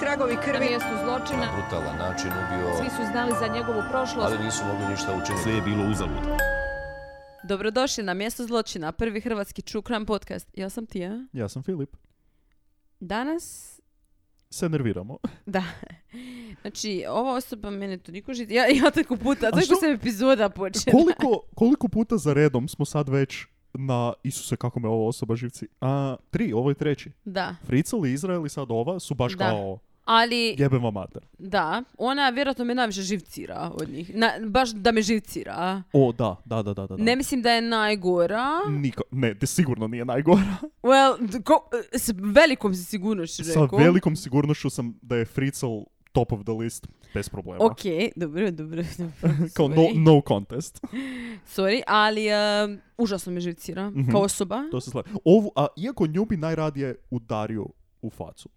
tragovi Na krvi. mjestu zločina brutalan način ubio, svi su znali za njegovu prošlost. ali nisu mogli ništa učiniti. Sve je bilo uzalud. Dobrodošli na mjesto zločina, prvi hrvatski čukram podcast. Ja sam Tija. Ja sam Filip. Danas, Se nerviramo. znači, ova osoba mene toliko žiti. Ja, ja tako puta, tako što- sam epizoda počela. Koliko, koliko puta za redom smo sad već na Isuse kako me ova osoba živci. A, tri, ovo je treći. Da, Frical i Izrael i sad ova su baš Da. kao ali, jebem vam mater. da, ona vjerojatno me najviše živcira od njih. Na, baš da me živcira. O, da, da, da, da, da. da. Ne mislim da je najgora. Niko, ne, te sigurno nije najgora. Well, d- ko- s velikom si sigurnošću Sa rekao. velikom sigurnošću sam da je Frical top of the list, bez problema. Ok, dobro, dobro, dobro. Kao no, sorry. no contest. Sorry, ali um, užasno me živcira Mhm. kao osoba. To se slažem. Ovu, a iako nju bi najradije udario u facu.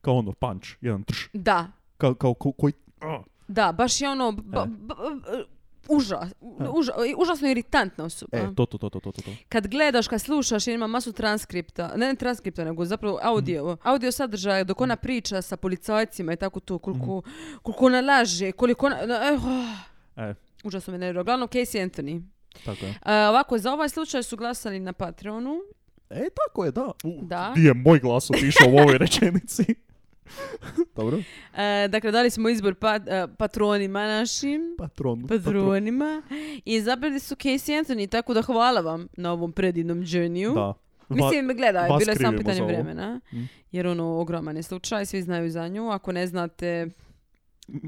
Kao ono, punch, jedan trš. Da, Kao, kao, ko- koji... Ah. Da, baš je ono... ba- E. ba- ba- užas- uža- i užasno iritantna osoba. E, to, to, to, to, to, to. Kad gledaš, kad slušaš, jer ima masu transkripta, ne, ne transkripta, nego zapravo audio, Mhm. audio sadržaja, dok ona priča sa policajcima i tako to, koliko, koliko ona laže, koliko ona... na- eh, oh. Mhm. E. Užasno me nervira. Uglavnom, Casey Anthony. Tako je. E, ovako, za ovaj slučaj su glasali na Patreonu. E, tako je, da. U, Da. Di je moj glas otišao u ovoj rečenici? Dobro. E, dakle, dali smo izbor pat- e, patronima našim. Patron. patron. Patronima. Pa I izabrali su Casey Anthony, tako da hvala vam na ovom predivnom journey Da. Va- Mislim, gledaj, vas bilo je samo krivimo pitanje za ovo. vremena. Mm. Jer ono, ogroman je slučaj, svi znaju za nju. Ako ne znate,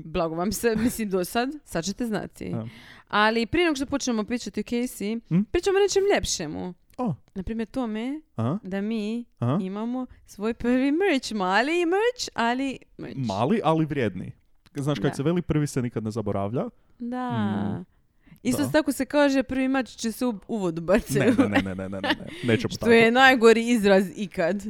blago vam se, mislim, do sad, sad ćete znati. Da. Ali prije nego što počnemo pričati o Casey, Mm. pričamo o nečem ljepšemu. O. Naprimjer tome Aha, da mi aha. imamo svoj prvi merch. Mali merch, ali merch. Mali, ali vrijedni. Znaš, Da. kak se veli, prvi se nikad ne zaboravlja. Da. Mm. Isto Da. tako se kaže, prvi mač će se u uvodu baciti. Ne, ne, ne, ne, ne, ne, ne. ne. Nećemo Što tako. je najgori izraz ikad.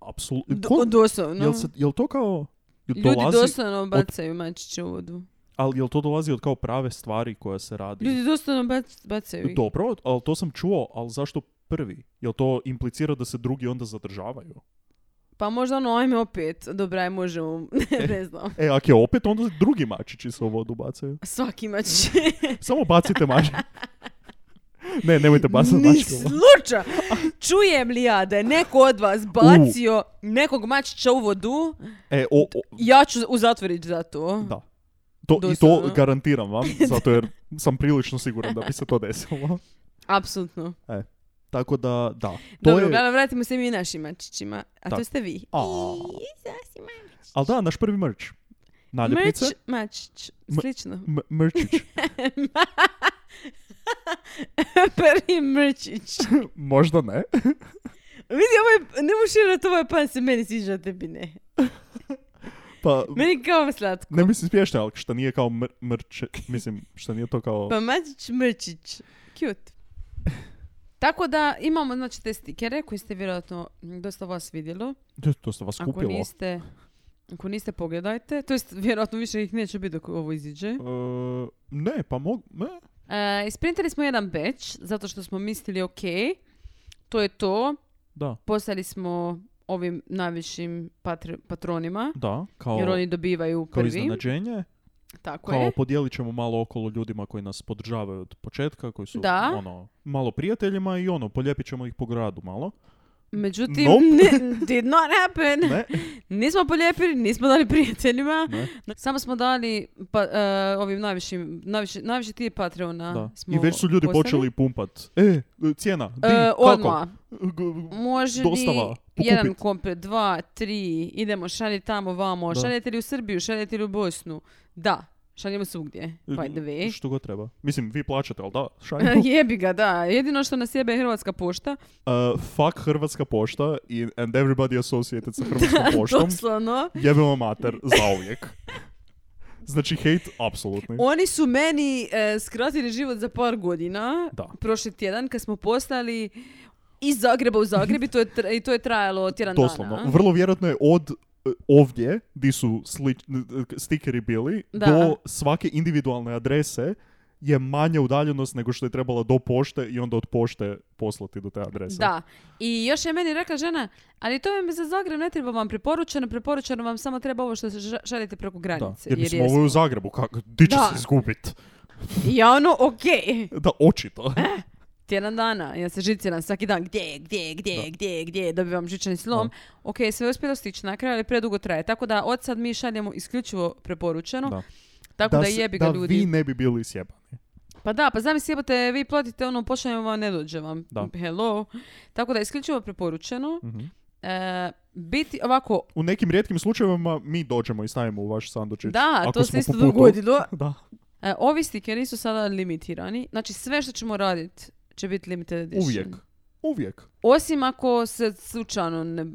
Apsolutno. Do, Ko- doslovno. Jel, se, jel to kao... jel Ljudi dolazi, doslovno bacaju mačiće u vodu. Ali jel to dolazi od kao prave stvari koja se radi? Ljudi doslovno bac, bacaju ih. Dobro, ali to sam čuo, ali zašto prvi? Jel to implicira da se drugi onda zadržavaju? Pa možda ono, ajme opet, dobra je, možemo, ne znam. E, ako je opet, onda drugi mačići se u vodu bacaju. Svaki mač. Samo bacite mačku. Ne, nemojte bacati Ni mačku. slučaj. Čujem li ja da je neko od vas bacio nekog mačića u vodu, E, o, o, ja ću u zatvor ići za to. da. To, I to Doslovno. garantiram vam, zato jer sam prilično siguran da bi se to desilo. Apsolutno. Tako da, da. To Dobro, je, uglavnom vratimo se mi našim mačićima, a to Tak. ste vi. A. ali da, naš prvi merch. Mrč, Naljepnice, mačić, M- slično. m- merčić. Prvi mrčić. Možda ne. Vidi, ovo je, ne možeš vjerovat, ovo je pan se meni sviđa, a tebi ne. Pa, Meni kao slatko. ne mislim smiješno, ali šta nije kao mr- mrče, mislim, šta nije to kao... Pa mačić, mrčić. Cute. Tako da imamo znači te stikere koji ste vjerojatno m, dosta vas vidjelo. To- To ste vas Ako kupilo. niste, ako niste pogledajte. To jest vjerojatno više ih neće biti dok ovo iziđe. E, ne, pa mogu... ne. E, isprintali smo jedan batch zato što smo mislili ok, to je to. Da, Poslali smo ovim najvišim patr- patronima. da, kao, Jer oni dobivaju kao prvi. iznenađenje. Tako Kao je. podijelit ćemo malo okolo ljudima koji nas podržavaju od početka, koji su Da. ono, malo prijateljima i ono, polijepit ćemo ih po gradu malo. Međutim, Nope. ne- did not happen. Ne, Nismo polijepili, nismo dali prijateljima. ne, Samo smo dali pa, e, ovim najvišim, najviši, najviši ti Patreona. da. smo I već su ljudi poslali. počeli pumpat. E, cijena, di, E, kako? odmah. G- Može Dostava, li jedan pokupit. komplet, dva, tri, idemo, šalje tamo, vamo, Da. šaljete li u Srbiju, šaljete li u Bosnu. Da, šaljemo svugdje, by the way. Što god treba. Mislim, vi plaćate, ali da, E, šajno. Jebi ga, da. Jedino što nas jebe je Hrvatska pošta. Uh, fuck Hrvatska pošta i, and everybody associated sa Hrvatskom poštom. Mm. Doslovno. Jebemo mater, zauvijek. Znači, hate, apsolutni. Oni su meni e, skratili život za par godina. Da. Prošli tjedan kad smo poslali iz Zagreba u Zagreb i to je, tra- i to je trajalo tjedan Doslovno. dana. Vrlo vjerojatno je od e, ovdje, di su sli- n- n- e, stikeri bili, Da. do svake individualne adrese je manja udaljenost nego što je trebala do pošte i onda od pošte poslati do te adrese. Da. I još je meni rekla žena, ali to vam je za Zagreb ne treba vam preporučeno, preporučeno vam samo treba ovo što se ža- šaljete preko Da, granice. jer jer mi smo je- ovo u Zagrebu, kako, di će Da. se izgubit? I ja ono, okej, Da, očito. tjedan dana, ja se žiciram svaki dan, gdje, gdje, gdje, gdje, gdje, dobivam žičani slom. Ok, sve je uspjelo stići na kraju, ali predugo traje. Tako da od sad mi šaljemo isključivo preporučeno. Da. Tako da, se- jebi ga da ljudi. vi ne bi bili sjebani. Pa da, pa zamisli jebote, vi platite ono, pošaljemo vam, ne dođe vam. Da. Hello. Tako da isključivo preporučeno. E, biti ovako, Mhm. U nekim rijetkim slučajevima mi dođemo i stavimo u vaš sandučić. da, ako to smo se isto po putu. dogodilo. Da. E, ovi stikeri su sada limitirani. Znači sve što ćemo raditi će biti limited edition. Uvijek. Uvijek. Osim ako se slučajno ne...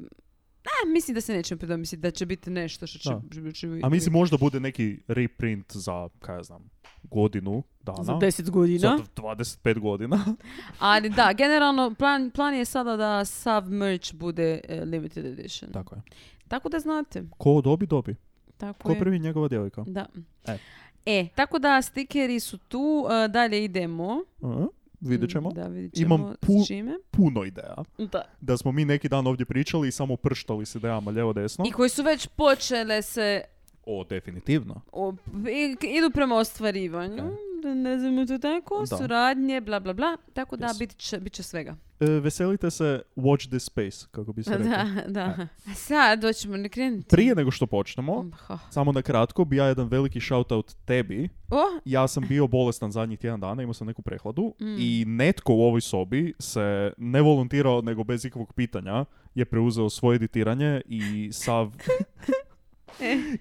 A, mislim da se nećemo predomisliti da će biti nešto što će... će- će biti- A mislim možda bude neki reprint za, kaj ja znam, godinu dana. za 10 godina. Ono. Za 25 godina. Ali da, generalno plan, plan je sada da sav merch bude e, limited edition. Tako je. Tako da znate. Ko dobi, dobi. Tako Ko je. prvi njegova djevojka. Da. E. E, tako da stikeri su tu, e, dalje idemo. A, vidjet ćemo. Da, vidjet ćemo Imam pu- s čime. Puno ideja. Da. Da smo mi neki dan ovdje pričali i samo prštali s idejama lijevo desno. I koji su već počele se O, definitivno. o- i- k- idu prema ostvarivanju. Da Ne znam to tako, Ja. Da. suradnje, bla bla bla. Tako da Yes. bit, će, bit će svega. E, veselite se Watch This Space, kako bi se reklo. Da, da. A sad doćemo ne krenuti. Ja. Prije nego što počnemo, Ha. samo na kratko bi ja jedan veliki shoutout tebi. O, Ja sam bio bolestan zadnjih tjedan dana, imao sam neku prehladu i netko u ovoj sobi se ne volontirao nego bez ikakvog pitanja je preuzeo svoje editiranje i sav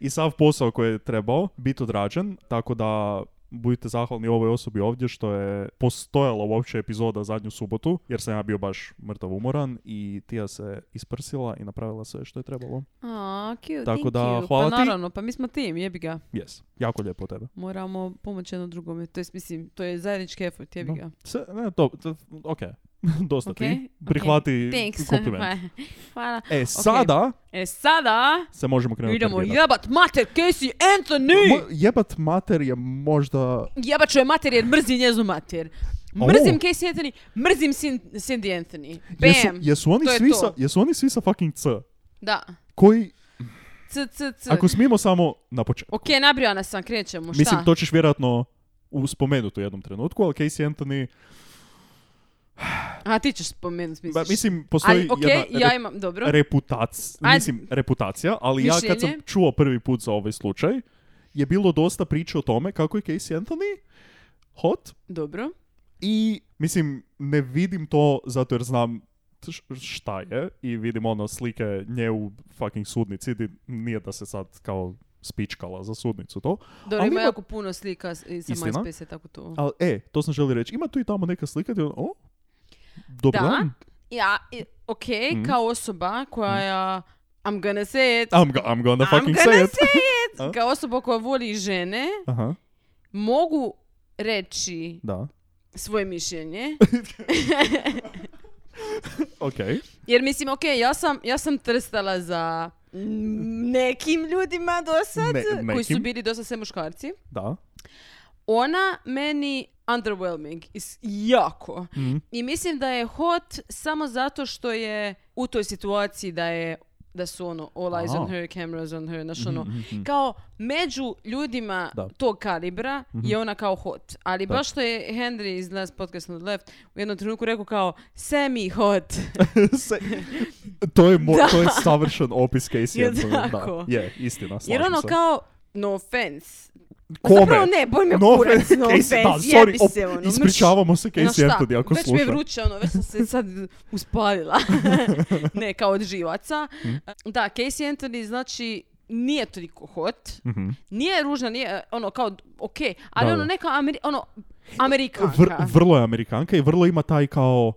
i sav posao koji je trebao biti odrađen, tako da budite zahvalni ovoj osobi ovdje što je postojala uopće epizoda zadnju subotu, jer sam ja bio baš mrtav umoran i Tija se isprsila i napravila sve što je trebalo. a, cute, Tako thank da, you. hvala ti. pa naravno, pa mi smo tim, jebi ga. Yes, jako lijepo od tebe. Moramo pomoći jedno drugome. To je, mislim, to je zajednički effort, jebi Da. ga. Se, ne, to, to- ok, dosta Ok, ti. ok. Prihvati Thanks. kompliment. Hvala. E, sada E sada se možemo krenuti. idemo ja. nervirati. jebat mater Casey Anthony! Mo- jebat mater je možda... Jebat ću je mater jer mrzim njeznu mater. Mrzim Casey Anthony, mrzim Sin- Cindy Anthony. Bam! Jesu, jesu oni to je svi to. sa, jesu oni svi sa fucking C? Da. Koji, C, c, c. ako smijemo samo na početku. Ok, nabrijana sam, krećemo, šta? Mislim, to ćeš vjerojatno spomenuti u jednom trenutku, ali Casey Anthony... A ti ćeš spomenut, misliš. Ba, mislim, postoji Ali, ok, jedna ja re- imam, dobro. reputac, Ajde. mislim, reputacija, ali ja kad sam Mišljenje. čuo prvi put za ovaj slučaj, je bilo dosta priče o tome kako je Casey Anthony hot Dobro. i, mislim, ne vidim to zato jer znam š- šta je i vidim ono slike nje u fucking sudnici, di nije da se sad kao spičkala za sudnicu to, Dobro, Ali ima ima- jako puno slika s- i sa Istina. MySpace-a, tako to. ali e, to sam želio reći, ima tu i tamo neka slika gdje ono, o, dobro Mhm. Da. dan. Ja, i- ok, kao osoba koja... I'm gonna say it. I'm, go- I'm gonna Mhm. fucking I'm gonna say it. A? Kao osoba koja voli žene, Aha, mogu reći da. svoje mišljenje. Okej. Jer mislim, ok, ja sam, ja sam trstala za mm, nekim ljudima do sad, Ne- koji su nekim. bili dosta sve muškarci. Da. Ona meni underwhelming, is jako. Mhm. I mislim da je hot samo zato što je u toj situaciji da je da su ono all eyes on Aha. her, cameras on her, znaš ono, kao među ljudima Mhm, Da. Mhm. tog kalibra je ona kao hot. Ali baš što je Henry iz nas podcast on the left u jednom trenutku rekao kao semi hot. Se- to, je mo- to je savršen opis Casey Je Anthony. tako. Da. Je, istina, Jer slažem ono se. kao, no offense. Pa Kome? Zapravo ne, boj me No kurac, offense, no Casey- offense, da, jebi sorry, op- se, ono, mrš. ispričavamo se Ono Casey šta, Anthony ako već sluša. mi je vruće, ono, već sam se sad uspalila. ne, kao od živaca. Mhm. Da, Casey Anthony, znači, nije toliko hot. Mhm. Nije ružna, nije, ono, kao, okej, ali Da, ono, da. neka Ameri- ono, Amerikanka. Vr- vrlo je Amerikanka i vrlo ima taj kao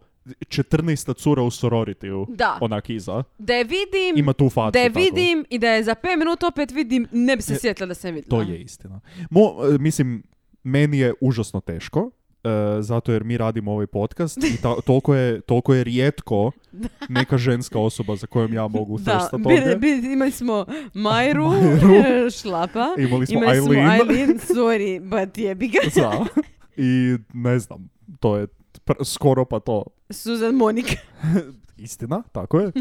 14 cura u sororitiju. Da. Onak iza. da je vidim, Ima tu facu. da je tako. vidim i da je za 5 minuta opet vidim, ne bi se sjetila da sam vidjela. To je istina. Mo, e, mislim, meni je užasno teško, e, zato jer mi radimo ovaj podcast i ta- toliko, je, toliko je rijetko neka ženska osoba za kojom ja mogu Da, thrstat bili, ovdje. bili- imali smo Majru, Majru. šlapa. Imali smo Imali smo Eileen. Eileen, sorry, but jebi ga. Da. I ne znam, to je pr- skoro pa to. Susan Monik. Istina, tako je.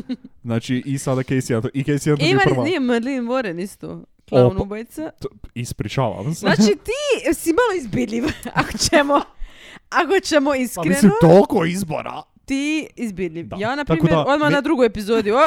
Znači i sada Casey Anthony. I Casey Anthony je Ima, prva. nije Madeleine Warren isto. Klaun Opa. ubojica. T- Ispričavam se. Znači ti si malo izbiljiv, ako ćemo, ako ćemo Pa iskreno, mislim, toliko izbora. ti izbiljiv. Da. Ja, na Tako primjer, da, odmah mi- na drugoj epizodi, o,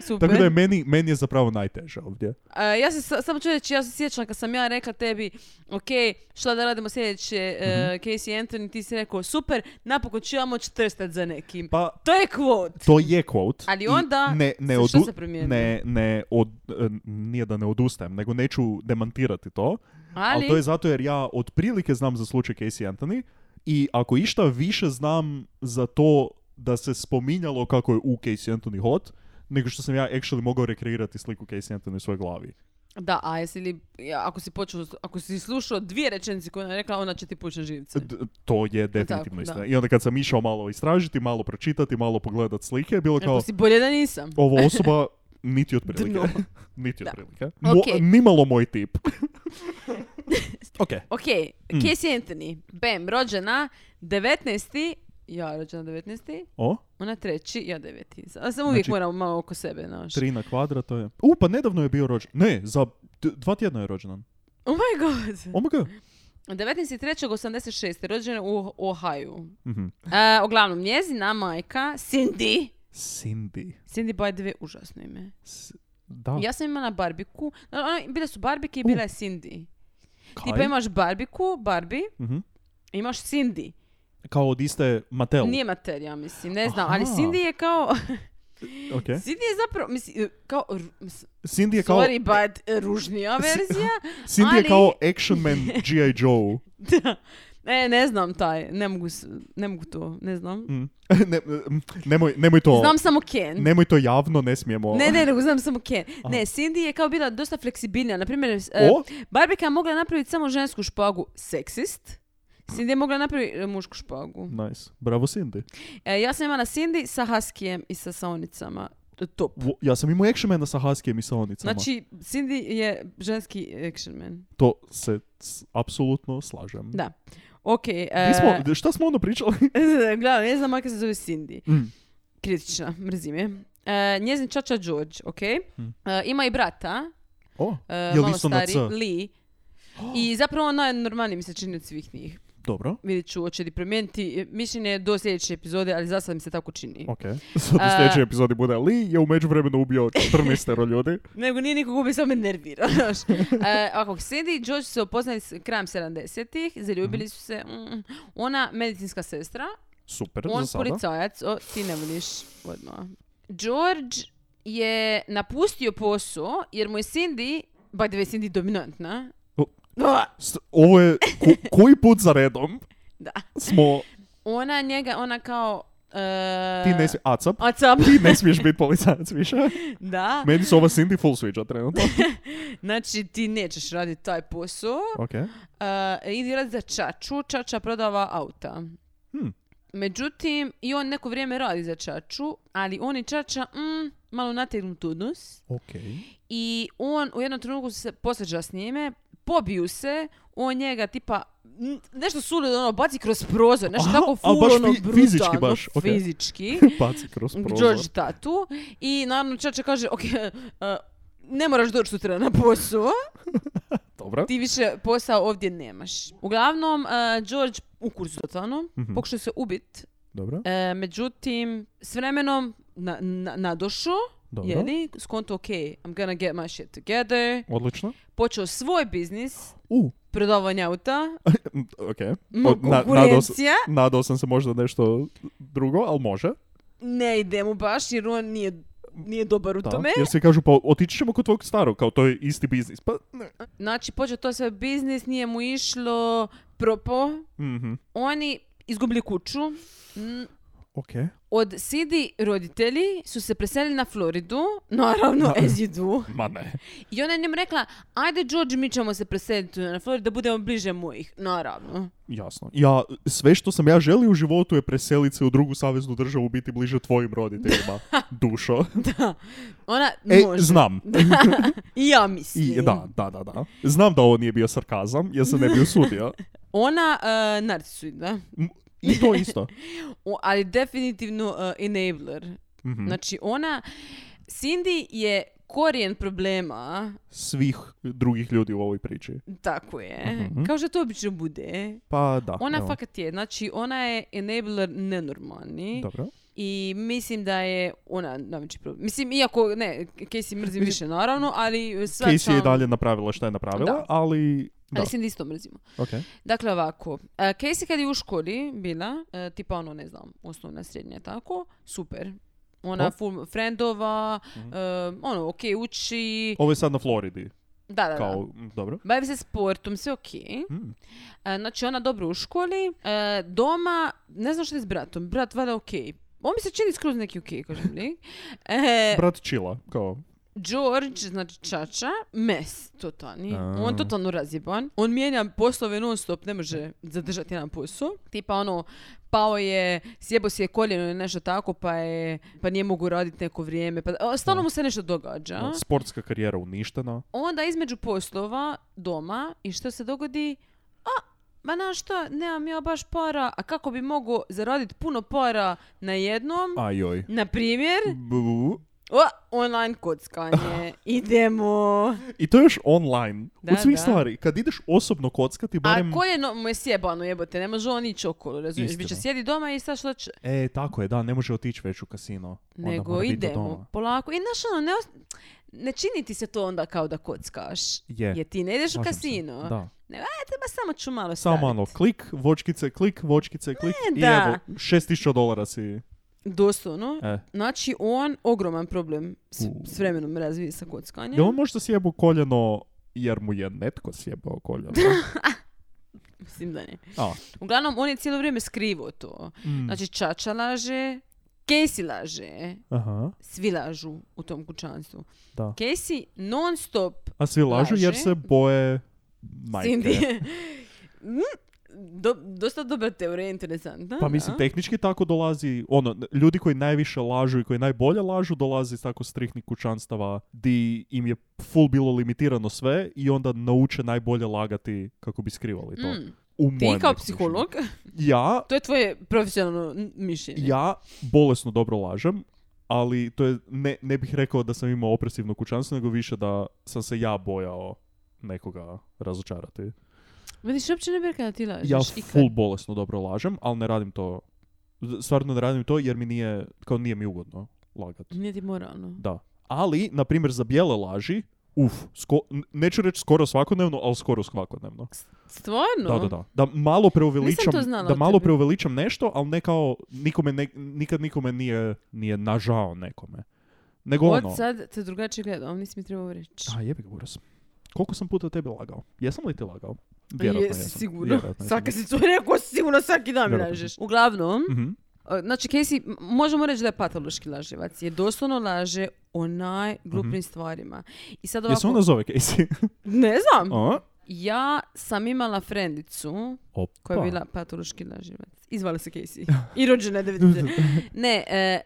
super. Tako da je meni, meni je zapravo najteže ovdje. A, ja se, sa- samo ću reći, ja se sjećam kad sam ja rekla tebi, ok, šta da radimo sljedeće, e, Mhm. Casey Anthony, ti si rekao, super, napokon ću ja moći trstat za nekim. Pa To je kvot. to je quote. Ali i onda ne, ne se- što odu- se promijenilo? Ne, ne od, e, nije da ne odustajem, nego neću demantirati to. Ali, Pa, to je zato jer ja otprilike znam za slučaj Casey Anthony i ako išta više znam za to da se spominjalo kako je u Casey Anthony hot, nego što sam ja actually mogao rekreirati sliku Casey Anthony u svojoj glavi. da, a jesi li, ja, ako si počeo, ako si slušao dvije rečenice koje je ona rekla, ona će ti pući na živce. D- to je definitivno E, da. istina. I onda kad sam išao malo istražiti, malo pročitati, malo pogledat slike, bilo Rekao kao E, pa si bolje da nisam. ovo osoba niti otprilike. Dno. niti otprilike. Okej. Mo, nimalo moj tip. ok. Ok, Mm. Casey Anthony, bam, rođena 19. Ja rođena 19. O, Ona treći, ja deveti. A sam uvijek Znači- moram malo oko sebe, znaš. tri na kvadrat, to je... U, pa nedavno je bio rođen. Ne, za d- dva tjedna je rođendan. Oh my god. Oh my god. 19.3.86. rođena u Ohio. Mhm. E, uglavnom, njezina majka, Cindy, Cindy. Cindy by the way, užasno ime. S- da, Ja sam imala barbiku, no, ono, bile su barbike i bila je Cindy. kaj? Ti pa imaš barbiku, Barbie, Mhm. imaš Cindy. Kao od iste Mattel. Nije mater, ja mislim, ne znam, ali Aha. Cindy je kao, Ok. Cindy je zapravo, mislim, kao, ru- mislim, Cindy je kao, sorry, but e, ružnija verzija. Cindy ali- je kao Action Man G.I. Joe. Da. E, ne znam taj, ne mogu, s- ne mogu to, ne znam. Mm. ne, mm, nemoj, nemoj to... Znam samo Ken. Nemoj to javno, ne smijemo... Ne, ne, nego znam samo Ken. Ne, Cindy je kao bila dosta fleksibilnija. Naprimjer, s- e, O? Barbika je mogla napraviti samo žensku špagu seksist. Cindy je mogla napraviti e, mušku špagu. Nice. Bravo Cindy. E, ja sam imala Cindy sa Huskijem i sa saonicama. E, Top. Wo- Ja sam imao Action Mana sa Huskijem i sa onicama. Znači, Cindy je ženski action man. To se s- apsolutno slažem. Da. Ok. E, Di smo- šta smo ono pričali? Gledam, ne znam, majka se zove Cindy. Mm. Kritična, mrzim je. E, njezin čača George, ok? Mm. E, ima i brata, O, e, li malo isto na stari, C? Lee. I zapravo on najnormalniji mi se čini od svih njih. dobro. Vidjet ću, hoće li promijeniti e, mišljenje do sljedeće epizode, ali za sad mi se tako čini. Ok. Sad u E. sljedećoj epizodi bude Lee je u međuvremenu ubio 14 ljudi. Nego nije nikog ubio, samo me nervirao. znaš. E, ovako, Cindy i George su se upoznali s krajem 70-ih, zaljubili Mhm. su se. mm, ona medicinska sestra, Super, on za sada. policajac, o, ti ne voliš odmah. George je napustio posao jer mu je Cindy, by the way, Cindy dominantna. O. Ah, S- Ovo je ko- koji put za redom Da. smo Ona njega, ona kao... e, ti ne smiješ acap, A cap. ti ne smiješ biti policajac više. da. Meni se ova Cindy full sviđa trenutno. Znači, ti nećeš raditi taj posao. Ok. Uh, idi radi za Čaču, Čača prodava auta. Hm. Međutim, i on neko vrijeme radi za Čaču, ali on i Čača, mm, malo nategnut odnos. Ok. I on u jednom trenutku se posveđa s njime, pobiju se, on njega tipa, n- nešto suludo ono, baci kroz prozor, nešto Aha, tako a full baš ono, fi- fizički brutalno, baš, ok. fizički. Baci kroz prozor. George tatu. I naravno Čača kaže, ok, eh, ne moraš doći sutra na posao Dobro. ti više posao ovdje nemaš. Uglavnom, eh, George u kursu totalno, Mhm. pokušao se ubit, Dobro. eh, međutim, s vremenom na, na, nadošao, Dobro. jeli, skonto, ok, I'm gonna get my shit together, Odlično. počeo svoj biznis, U. prodavanje auta, Ok. m, Od- na- nadao, sam, konkurencija, nadao sam se možda nešto drugo, ali može. ne ide mu baš jer on nije, nije dobar u Da. tome. Jer svi kažu, pa otići ćemo kod tvog starog, kao to je isti biznis. Pa, ne. Znači, počeo to sve biznis, nije mu išlo, propo, Mhm. oni izgubili kuću, mm, Ok. Od Sidi roditelji su se preselili na Floridu, naravno, as you do. Ma ne. I ona je njemu rekla, ajde George, mi ćemo se preseliti na Floridu da budemo bliže mojih. Naravno. Jasno. Ja, sve što sam ja želio u životu je preseliti se u drugu saveznu državu, biti bliže tvojim roditeljima. Dušo. Ona E, može. znam. I ja mislim. I, da, da, da, da. Znam da ovo nije bio sarkazam, jer se ne bi usudio. Ona uh, narcisoidna, I to isto. O, ali definitivno uh, enabler. Mhm. Znači ona, Cindy je korijen problema, Svih drugih ljudi u ovoj priči. tako je, Mhm. kao što to obično bude. Pa da. Ona evo. fakat je, znači ona je enabler nenormalni Dobro. i mislim da je ona najveći problem. Mislim, iako, ne, Casey mrzim više naravno, ali svačam... Casey je i dalje napravila što je napravila, Da. ali... Da, Ali Cindy isto mrzimo. okej. Dakle, ovako, e, Casey kad je u školi bila, e, tipa ono, ne znam, osnovna, srednja, tako, super. Ona O. Mhm. full frendova, e, ono, okej, uči, Ovo je sad na Floridi. da, da, da. Kao, mm, dobro. Bavi se sportom, sve okej. Mm. E, Znači, ona dobro u školi, e, doma, ne znam što je s bratom, brat valjda okej. On mi se čini skroz neki okej, kažem li. E, Brat Chila, kao... George, znači čača, mes, totalni. A. On totalno razjeban. On mijenja poslove non stop, ne može zadržati jedan posao. Tipa ono, pao je, sjebo si je koljeno ili nešto tako, pa je, pa nije mogu raditi neko vrijeme. Pa, o, stalno mu se nešto događa. no, ono, sportska karijera uništena. Onda između poslova, doma, i što se dogodi, a, ma na što, nemam ja baš para, a kako bi mogao zaraditi puno para na jednom? Ajoj. Na primjer, Bu. o, online kockanje. Idemo. I to još online. Da, Od svih da. stvari. Kad ideš osobno kockati, barem... A koljeno mu je sjebano jebote, ne može on ići okolo, razumiješ? Istina. Biće sjedi doma i sad što će. E, tako je, da, ne može otići već u kasino. Onda Nego mora biti do doma. idemo polako. I znaš ono, ne, os- ne čini ti se to onda kao da kockaš. Je. Jer ti ne ideš u Slažem se. kasino. Da. Treba samo ću malo Samo stavit. malo, klik, vočkice, klik, vočkice, klik i E, da. evo, 6000 dolara si. Doslovno. E. Znači, on ogroman problem s, U. s vremenom razvije sa kockanjem. Je on možda sjebu koljeno jer mu je netko sjebao koljeno? Mislim da ne. A, Uglavnom, on je cijelo vrijeme skrivo to. mm, Znači, Čača laže, Casey laže, aha, svi lažu u tom kućanstvu. da. Casey non stop A svi lažu jer Laže. se boje majke. Cindy. Mm, Do, dosta dobra teorija, interesantna. Pa mislim, da. tehnički tako dolazi, ono, n- ljudi koji najviše lažu i koji najbolje lažu dolazi iz tako strihnih kućanstava di im je full bilo limitirano sve i onda nauče najbolje lagati kako bi skrivali to. Mm. U Ti mojem kao nekom mišljenju. psiholog, Ja, to je tvoje profesionalno n- mišljenje. ja bolesno dobro lažem, ali to je, ne, ne bih rekao da sam imao opresivno kućanstvo, nego više da sam se ja bojao nekoga razočarati. Vidiš, uopće ne bi rekla da ti lažeš. Ja ikad. full bolesno dobro lažem, ali ne radim to, stvarno ne radim to jer mi nije, kao nije mi ugodno lagat. Nije ti moralno. Da. Ali, na primjer, za bijele laži, uf, sko- n- neću reći skoro svakodnevno, ali skoro svakodnevno. Stvarno? Da, da, da. Da malo preuveličam, to znala da o malo tebi. preuveličam nešto, ali ne kao nikome ne- nikad nikome nije, nije nažao nekome. Nego ono... Od sad te drugačije gledam, nisi mi trebao reći. A jebi ga, Buras. Koliko sam puta tebi lagao? Jesam li ti lagao? Vjerojatno Jesi, jesam. sigurno. Vjerojatno jesam. Svaka si to rekao, sigurno svaki dan mi Vjerojatno. lažeš. Uglavnom, Mhm. e, znači Casey, m- možemo reći da je patološki lažljivac, jer doslovno laže o najglupljim stvarima. I sad ovako, Jesi ona zove Casey? ne znam, A? ja sam imala frendicu Opa. koja je bila patološki lažljivac. Izvala se Casey. I rođena je 90. Ne, e,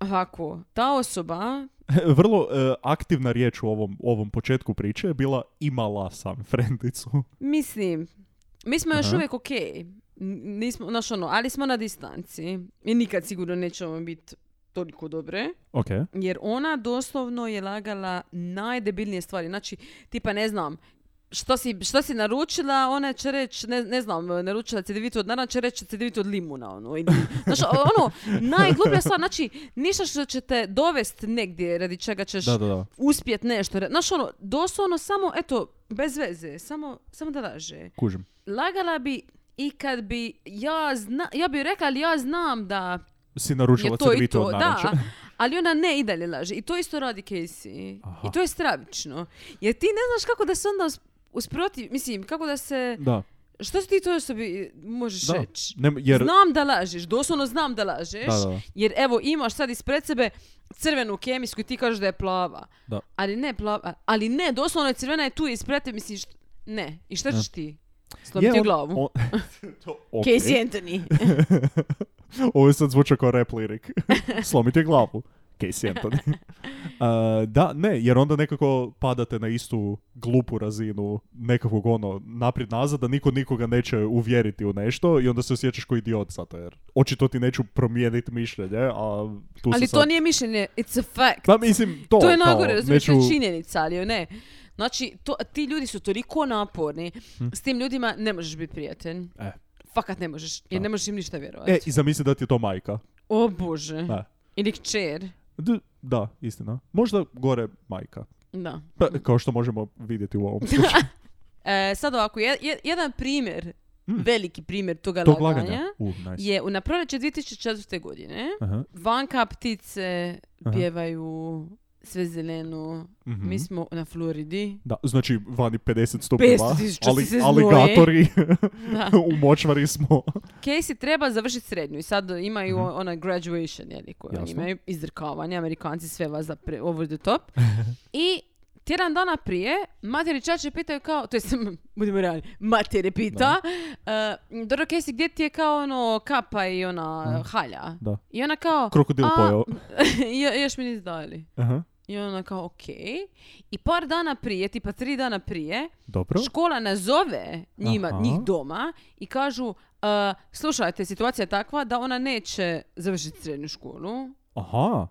ovako, ta osoba, Vrlo e, aktivna riječ u ovom, ovom početku priče je bila imala sam frendicu. mislim, mi smo još Aha. uvijek okej. N- Nismo, znaš ono, ali smo na distanci. I nikad sigurno nećemo biti toliko dobre. Ok. Jer ona doslovno je lagala najdebilnije stvari. Znači, tipa ne znam, što si, što si naručila, ona će reći, ne, ne znam, naručila cedevitu od naranče, reći cedevitu od limuna, ono, ili, znaš, ono, najgluplja stvar, znači, ništa što će te dovest negdje, radi čega ćeš Da, da, da. uspjet nešto, re- znaš, ono, doslovno samo, eto, bez veze, samo, samo da laže. Kužim. Lagala bi i kad bi, ja, zna, ja bi rekla, ali ja znam da Si naručila je to i crvitu to, od naranče. da. Ali ona ne i dalje laže. I to isto radi Casey. Aha. I to je stravično. Jer ti ne znaš kako da se onda us- usproti, mislim, kako da se... Da, Što si ti to sebi možeš da. reći? Ne, jer, Znam da lažeš, doslovno znam da lažeš, Da, da, da. jer evo imaš sad ispred sebe crvenu kemijsku i ti kažeš da je plava. Da. Ali ne plava, ali ne, doslovno je crvena je tu ispred tebe, mislim, št- ne. I šta ćeš ti? Slobiti Je, u on- glavu. on- to, ok. Casey Anthony. Ovo je sad zvuča kao rap lirik. Slomiti glavu. Casey Anthony. A, da, ne, jer onda nekako padate na istu glupu razinu nekakvog ono naprijed-nazad, da niko nikoga neće uvjeriti u nešto i onda se osjećaš kao idiot zato jer očito ti neću promijeniti mišljenje, a tu se Ali sad... to nije mišljenje, it's a fact. Pa mislim, to, to je kao, najgore, razumiješ, znači to je neću- činjenica, ali joj ne. Znači, to, ti ljudi su toliko naporni, s tim ljudima ne možeš biti prijatelj. Hm. E. Fakat ne možeš, jer Da. ne možeš im ništa vjerovati. E, i zamisli da ti je to majka. O bože. Da. Ili kćer. D- da, istina. Možda gore majka. Da. Pa, kao što možemo vidjeti u ovom slučaju. E, sad ovako, je- je- jedan primjer, veliki primjer toga Hmm. Tog laganja, laganja. U, nice. je u- na proljeće 2004. godine Aha. vanka ptice Aha. pjevaju sve zelenu. Mhm. Mi smo na Floridi. Da, znači vani 50 stupnjeva, 50.000 ali, se znoje. aligatori, Da. u močvari smo. Casey treba završiti srednju i sad imaju ona graduation, je li, koju oni Mhm. Jasno. imaju, izdrkavanje, amerikanci sve vas za pre, over the top. I tjedan dana prije, materi čače pitaju kao, to jest, budimo realni, materi pita, uh, dobro Casey, gdje ti je kao ono kapa i ona halja? Mhm. Da. I ona kao, Krokodil "A, pojeo. jo- još mi nisi dali. Aha, I ona kao, ok. I par dana prije, tipa tri dana prije, dobro. škola nazove njima, Aha. njih doma i kažu "Uh, slušajte, situacija je takva da ona neće završiti srednju školu. Aha,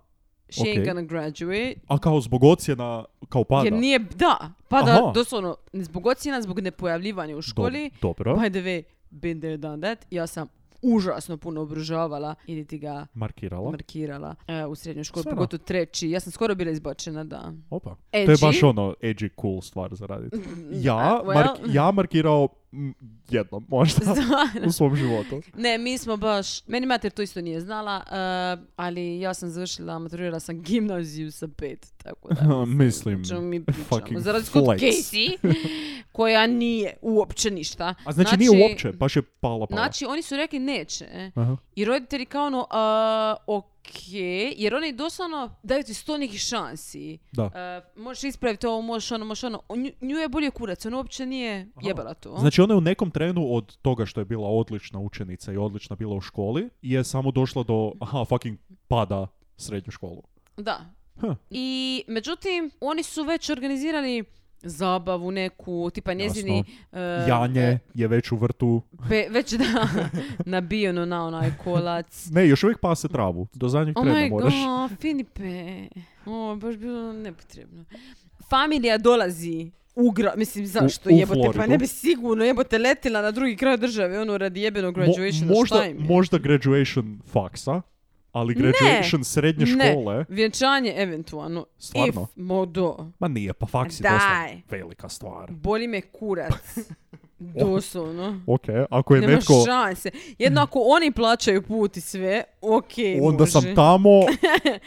She Ok. ain't gonna graduate. a kao zbog ocjena, kao pada. Jer nije, da, pada Aha. doslovno zbog ocjena, zbog nepojavljivanja u Do- školi. dobro. By the way, been there, done that. Ja sam užasno puno obružavala ili ti ga Markirala. markirala e, u srednjoj školi, Stvarno? pogotovo treći. Ja sam skoro bila izbačena, da. Opa. Edgy. Mm, To je baš ono edgy cool stvar za raditi. Ja, well. mark- ja markirao mm, jednom možda u svom životu. Ne, mi smo baš, meni mater to isto nije znala, eh, ali ja sam završila, maturirala sam gimnaziju sa pet, tako da. Mislim, o čemu mi pričamo. fucking Za razliku od flex. Casey, koja nije uopće ništa. A znači, nije uopće, baš je pala pala. Znači, oni su rekli neće. Aha. I roditelji kao ono, "A, ok, jer oni doslovno daju ti sto nekih šansi. Da. Eh, možeš ispraviti ovo, možeš ono, možeš ono. Nju, nju je bolje kurac, ona uopće nije jebala to. Znači ona je u nekom trenu od toga što je bila odlična učenica i odlična bila u školi je samo došla do aha fucking pada srednju školu. Da. Huh. I međutim, oni su već organizirali zabavu neku, tipa njezini... eh, Janje je već u vrtu. pe- već da, nabijeno na onaj kolac. Ne, još uvijek pase travu. Do zadnjeg Oh trena my moraš. god, Filipe. O, baš bilo nepotrebno. Familija dolazi ugra, mislim zašto u jebote, pa Floridu. ne bi sigurno jebote letila na drugi kraj države, ono radi jebenog Mo- graduationa, možda, šta im je? možda graduation faksa, ali graduation srednje škole. Ne, vjenčanje eventualno. Stvarno? If, mo do. Ma nije, pa faks je Daj. dosta velika stvar. Boli me kurac. Doslovno. Ok, ako je Nema netko... šanse. Jednako oni plaćaju put i sve, okej, Onda može. sam tamo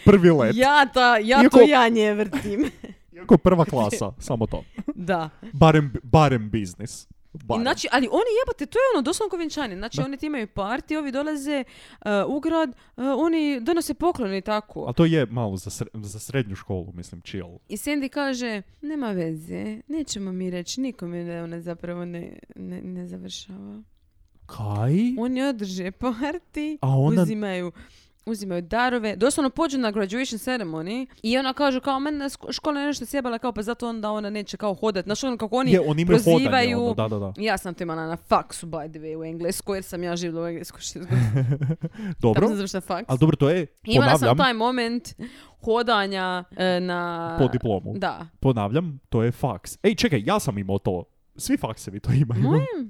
prvi let. Ja, ta, ja Iako- to ja nje vrtim. Iako prva klasa, samo to. da. Barem, barem biznis. I Barem. znači, ali oni jebate, to je ono doslovno ko vjenčanje. Znači, oni ti imaju parti, ovi dolaze uh, u grad, uh, oni donose poklone i tako. Ali to je malo za, sre- za srednju školu, mislim, chill. I Sandy kaže, nema veze, nećemo mi reći nikome da ona zapravo ne, ne, ne završava. Kaj? Oni održe parti, A ona- uzimaju uzimaju darove, doslovno pođu na graduation ceremony i ona kažu kao mene sk- škola je nešto sjebala kao pa zato onda ona neće kao hodat. Znaš ono kako oni Je, oni imaju hodanje, prozivaju- ono, da, da, da. Ja sam to imala na faksu by the way u Engleskoj jer sam ja živjela u Engleskoj šest godina. Tamo Dobro, sam završila faks. ali dobro, to je, Imala sam ponavljam, taj moment hodanja e, na... po diplomu, Da. ponavljam, to je faks. Ej, čekaj, ja sam imao to. Svi faksevi to imaju.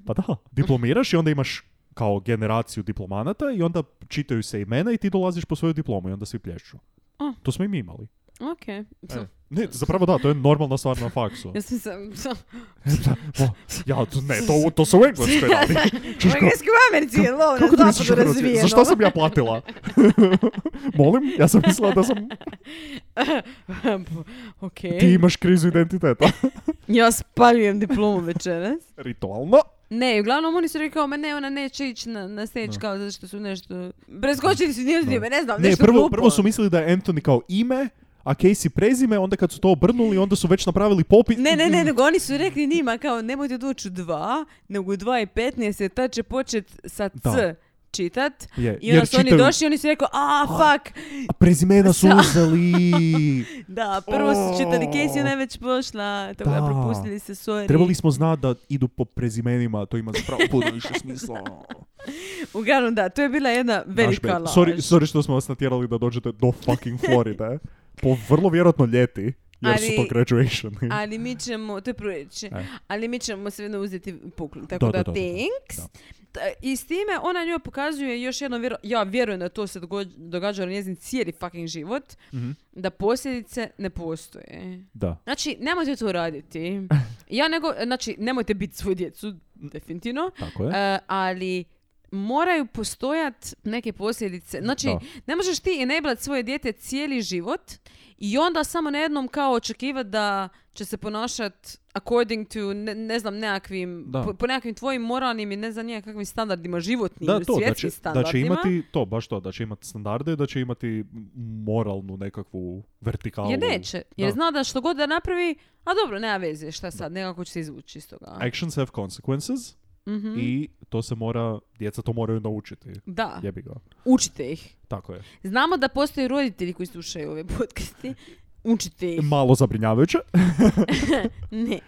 Pa da, diplomiraš i onda imaš kao generaciju diplomanata i onda čitaju se imena i ti dolaziš po svoju diplomu i onda svi plješću. A. To smo i mi imali. Ok. E. Ne, zapravo da, to je normalna stvar na faksu. Ja sam sam... O, ja, ne, to, to se u Engleskoj radi. U Čuš kao- Engleskoj u Americi je lovno Kako ti misliš zapadu u Hrvatskoj? razvijeno. Za šta sam ja platila? Molim? Ja sam mislila da sam... ok. Ti imaš krizu identiteta. Ja spaljujem diplomu večeras. Ritualno. Ne, uglavnom oni su rekli kao, ma ne, ona neće ići na, na stage kao zato što su nešto... Preskočili su nije vrijeme, ne znam, Ne, nešto prvo, glupo. prvo su mislili da je Anthony kao ime, a Casey prezime, onda kad su to obrnuli, onda su već napravili popis. Ne, ne, ne, nego oni su rekli njima kao nemojte doći u dva, nego u dva i petnaest, jer tad će počet sa C. Da. čitat. Je, I onda jer su oni čitaju- došli i oni su rekao, a, fuck, A prezimena su Sa- uzeli. da, prvo su čitali Casey, ona je već pošla, tako da, Da. propustili se, sorry. Trebali smo znati da idu po prezimenima, to ima zapravo puno više smisla. Uglavnom, da, to je bila jedna velika Naš bad. laž. Sorry, sorry što smo vas natjerali da dođete do fucking Floride. Po vrlo vjerojatno ljeti, jer su Ali- to graduationi. Ali mi ćemo, to je prvo reći, Mm-hmm. E. ali mi ćemo sve jedno uzeti pukli. Tako da, Da, da, da, da, da. thanks. Da. Ta- I s time ona njoj pokazuje još jedno, vjero- ja vjerujem da to se dogo- događa njezin cijeli fucking život, Mhm. da posljedice ne postoje. Da. Znači, nemojte to raditi. Ja nego, znači, nemojte biti svoju djecu, definitivno, Tako je. e, ali moraju postojat neke posljedice. Znači, Da. ne možeš ti enablat svoje dijete cijeli život i onda samo na jednom kao očekivati da će se ponašat according to, ne, ne znam, nekakvim, Da. po, po nekakvim tvojim moralnim i ne znam nije kakvim standardima životnim Da, ili to, da će, svjetskim da standardima. će imati, to, baš to, da će imati standarde, da će imati moralnu nekakvu vertikalu. Jer neće. Jer Da. zna da što god da napravi, a dobro, nema veze, šta sad, nekako će se izvući iz toga. Actions have consequences Mhm. i to se mora, djeca to moraju naučiti. Da, Jebi ga. učite ih. Tako je. Znamo da postoje roditelji koji slušaju ove podcasti. Učite ih. Malo zabrinjavajuće. Ne.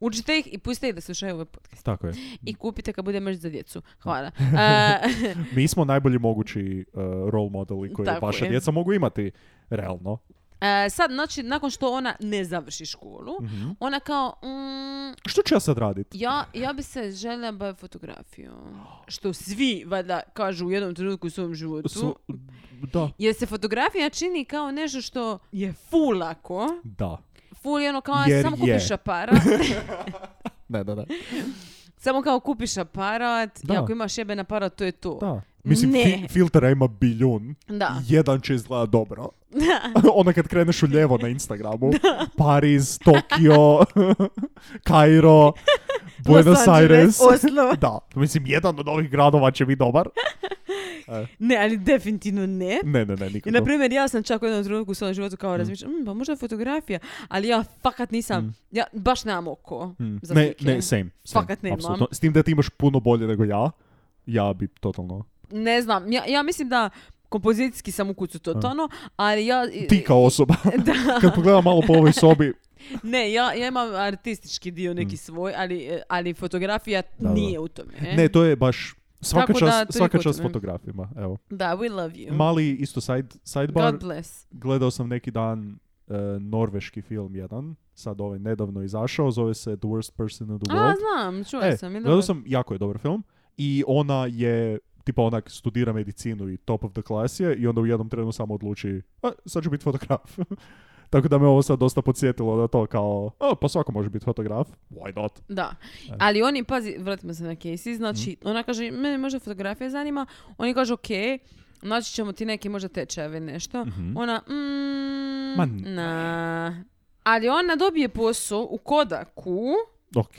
Učite ih i pustite ih da slušaju ove podcaste. Tako je. I kupite kad bude mrz za djecu. Hvala. E, Mi smo najbolji mogući uh, role modeli koje Tako vaša je. djeca mogu imati. Realno. e, sad, znači, nakon što ona ne završi školu, Mhm. ona kao, mm, Što ću ja sad radit? ja, ja bi se željela baviti fotografijom. Što svi, valjda, kažu u jednom trenutku u svom životu. Su- da. Jer se fotografija čini kao nešto što je ful lako. Da. Ful je ono kao Jer samo je. kupiš aparat. Ne, da, da. samo kao kupiš aparat. Da. I ako imaš jeben aparat, to je to. Da. Mislim, Ne. fi- filtera ima biljun. Da. Jedan će izgledat dobro. Onda kad kreneš u ljevo na Instagramu. Pariz, Tokio, Kairo, Buenos Aires. Angeles, Oslo. da. Mislim, jedan od ovih gradova će biti dobar. Ne, ali definitivno ne. Ne, ne, ne, nikako. I, na primjer, ja sam čak u jednom trenutku u svom životu kao razmišljam, "Mm, pa možda fotografija, ali ja fakat nisam, ja baš nemam oko Mm. za Ne, slike. ne, same. same, Fakat nemam. apsolutno. S tim da ti imaš puno bolje nego ja. Ja bi totalno... Ne znam, ja, ja mislim da kompozicijski sam u kucu totalno, ali ja... Ti kao osoba. Da. Kad pogledam malo po ovoj sobi, Ne, ja, ja imam artistički dio neki svoj, ali, eh, ali fotografija Mm. Da, da. nije u tome. e. ne, to je baš svaka Tako da, čast, toliko svaka o čast tome. fotografima, evo. Da, we love you. Mali isto side, sidebar, God bless. gledao sam neki dan e, norveški film jedan, sad ovaj nedavno izašao, zove se The Worst Person in the A, World. znam, čula E, sam. je gledao dobar. sam, jako je dobar film i ona je tipa onak studira medicinu i top of the class je i onda u jednom trenu samo odluči a, sad ću biti fotograf. Tako da me ovo sad dosta podsjetilo na to kao, "A, pa svako može biti fotograf, why not? Da. Ali oni, pazi, vratimo se na Casey, znači, Mhm. ona kaže, mene možda fotografija zanima, oni kažu, ok, naći ćemo ti neke možda tečajeve, nešto. Ona, mm, Mhm. Ma n- na. Ali ona dobije posao u Kodaku, Ok.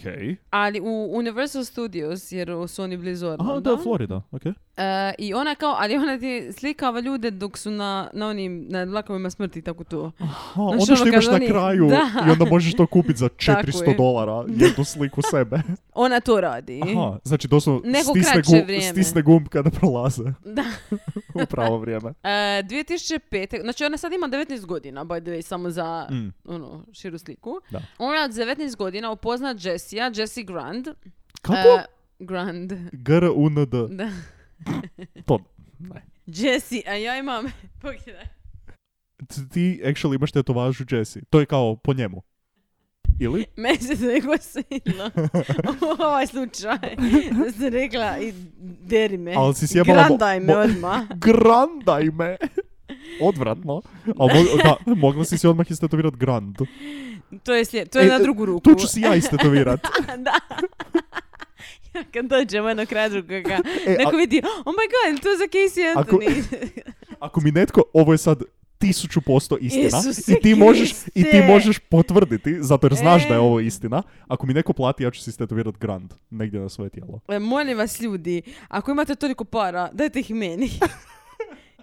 ali u Universal Studios, jer su oni blizu Orlanda. Aha, da, Florida, ok. E, I ona kao, ali ona ti slikava ljude dok su na, na onim, na lakovima smrti, tako to. Aha, Znaš, onda što ono, imaš kad na oni- kraju Da. i onda možeš to kupiti za Tako je. 400 dolara, jednu sliku sebe. Ona to radi. Aha, znači doslovno Neko stisne, kraće gu- vrijeme. stisne gumb kada prolaze Da. u pravo vrijeme. E, 2005. Znači ona sad ima 19 godina, by the way, samo za Mm. ono, širu sliku. Da. Ona od 19 godina upozna Jessie, Jessie Grand. Kako? E, Grand. G-R-U-N-D. Da. To, ne. Jessie, a ja imam... Pogledaj. T- Ti actually imaš tetovažu Jesse. To je kao po njemu. Ili? Meni se to neko svidjelo. ovaj slučaj. Da sam rekla i deri me. Ali si sjebala mo- Grandaj me mo- odmah. Granda ime! Odvratno. A mo- da, mogla si si odmah istetovirat Grand. To je, slijed, to je E, na e, drugu ruku. Tu ću si ja istetovirat. Pa da. Ja kad dođe ono kraj drugoga, E, a- neko vidi, oh my god, to je za Casey Ako- Anthony. Ako mi netko, ovo je sad tisuću posto istina Isuse i ti, možeš, i ti Kriste! možeš potvrditi, zato jer znaš da je E. ovo istina. Ako mi neko plati, ja ću si istetovirat Grand negdje na svoje tijelo. E, Molim vas ljudi, ako imate toliko para, dajte ih meni.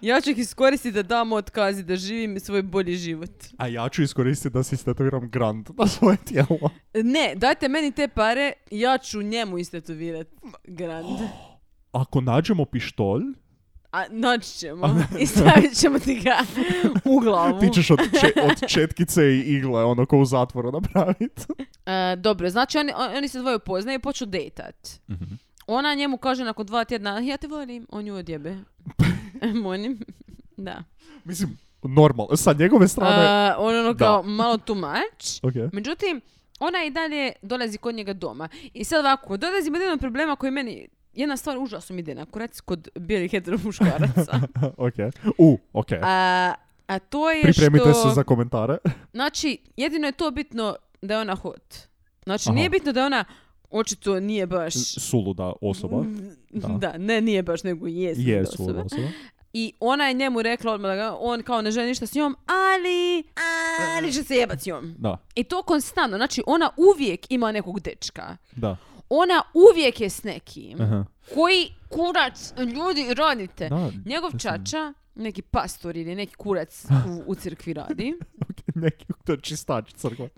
ja ću ih iskoristiti da dam otkaz i da živim svoj bolji život. A ja ću iskoristiti da si istetoviram Grand na svoje tijelo. Ne, dajte meni te pare, ja ću njemu istetovirat grand. ako nađemo pištolj, A naći ćemo. I stavit ćemo ti ga u glavu. ti ćeš od, če- od četkice i igle ono ko u zatvoru napraviti. E, dobro, znači oni, on- oni se dvoje upoznaju i počnu dejtat. Mhm. Ona njemu kaže nakon dva tjedna, ja te volim, on ju odjebe. Molim. Da. Mislim, normalno. Sa njegove strane... E, on ono da. kao malo tumač. Ok. Međutim, ona i dalje dolazi kod njega doma. I sad ovako, dolazimo do jednog problema koji meni jedna stvar užasno mi ide na kurac kod bijelih hetero muškaraca. ok. U, ok. A, a to je Pripremite što... se za komentare. Znači, jedino je to bitno da je ona hot. Znači, Aha. nije bitno da je ona očito nije baš... Suluda osoba. Mm, Da. Da. ne, nije baš, nego je Mhm. suluda Je osoba. suluda osoba. I ona je njemu rekla odmah da ga- on kao ne želi ništa s njom, ali, ali će se jebat s njom. Da, I to konstantno, znači ona uvijek ima nekog dečka. da. Ona uvijek je s nekim. Aha. Koji kurac, ljudi, rodite. Da, Njegov to sam- čača, neki pastor ili neki kurac u, u crkvi radi. Ok, Neki, to je čistač crkva.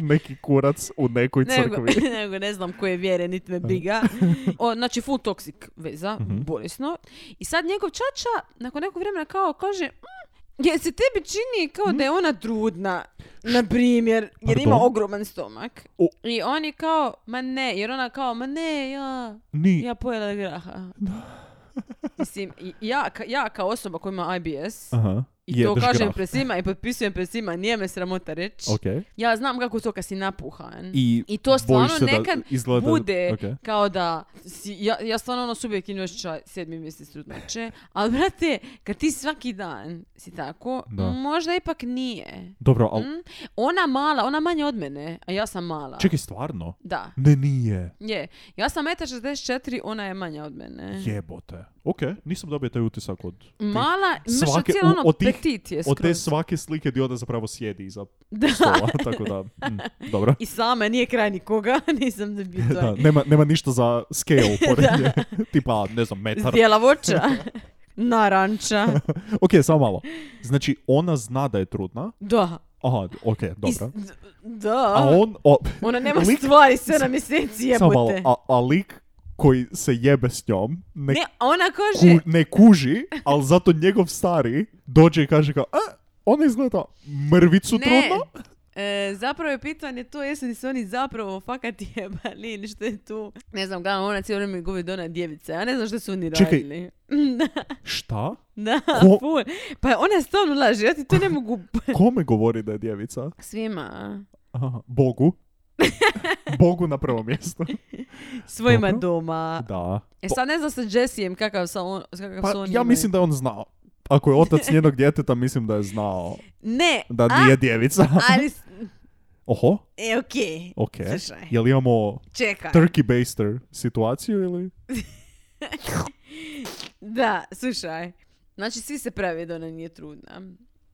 Neki kurac u nekoj nego, crkvi. nego ne znam koje vjere, niti me briga. O, znači, full toxic veza, Mhm. bolesno. I sad njegov čača, nakon nekog vremena kao kaže, "Mm, je se tebi čini kao da je ona trudna, na primjer, jer ima Mhm. Pardon? ogroman stomak. O. I oni kao, ma ne, jer ona kao, ma ne, ja, Ni, ja pojela graha. Mislim, i- ja, ka- ja kao osoba koja ima IBS, Aha. i to Jedeš kažem grah. pred svima i potpisujem pred svima, nije me sramota reći. Ok. Ja znam kako to kad si napuhan. I, I to stvarno bojiš se da nekad izgleda- bude ok. kao da si, ja, ja stvarno ono subjektivno osjećaj sedmi mjesec trudnoće, ali brate, kad ti svaki dan si tako, Da. možda ipak nije. Dobro, ali Mm? Ona mala, ona manje od mene, a ja sam mala. čekaj, stvarno? Da, Ne, nije. je. Ja sam 1,64, ona je manja od mene. Jebote. Ok, nisam dobio taj utisak od... tih- Mala, mrša Svake- cijelo u- ono od tih- petit je Od te skroz. svake slike di onda zapravo sjedi iza Da. stola, tako da, mm, dobro. I sama, nije kraj nikoga, nisam ovaj, da bi Da, nema, nema ništa za scale pored nje. Tipa, ne znam, metar. Zdjelavoča, naranča, Ok, samo malo. Znači, ona zna da je trudna. da. Aha, ok, I s- dobro. d- Da. A on... O, Ona nema lik- stvari 7 mjeseci jebote. Samo malo, a, a lik koji se jebe s njom, ne Ne, a ona kaže, ku, ne kuži, ali zato njegov stari dođe i kaže kao, a, ona izgleda mrvicu ne, trudno. e, zapravo je pitanje to jesu li se oni zapravo fakat jebali ili što je tu. Ne znam, gledam, ona cijelo vrijeme govori da ona je djevica, ja ne znam što su oni Čekaj. radili. da, Šta? da, Ko- ful. Pa ona stalno laže, ja ti to ne mogu Kome govori da je djevica? svima, Aha, Bogu. Bogu na prvo mjesto. svojima Dobro. doma. Da. E sad ne znam sa Jessijem kakav sa on, kakav Pa, su oni ja imali. mislim da je on znao. Ako je otac njenog djeteta, mislim da je znao Ne, da a- nije djevica. ali, s- Oho, e, okej. ok. Slušaj. Jel imamo Čekaj. turkey baster situaciju ili? Da, slušaj. Znači, svi se prave da ona nije trudna.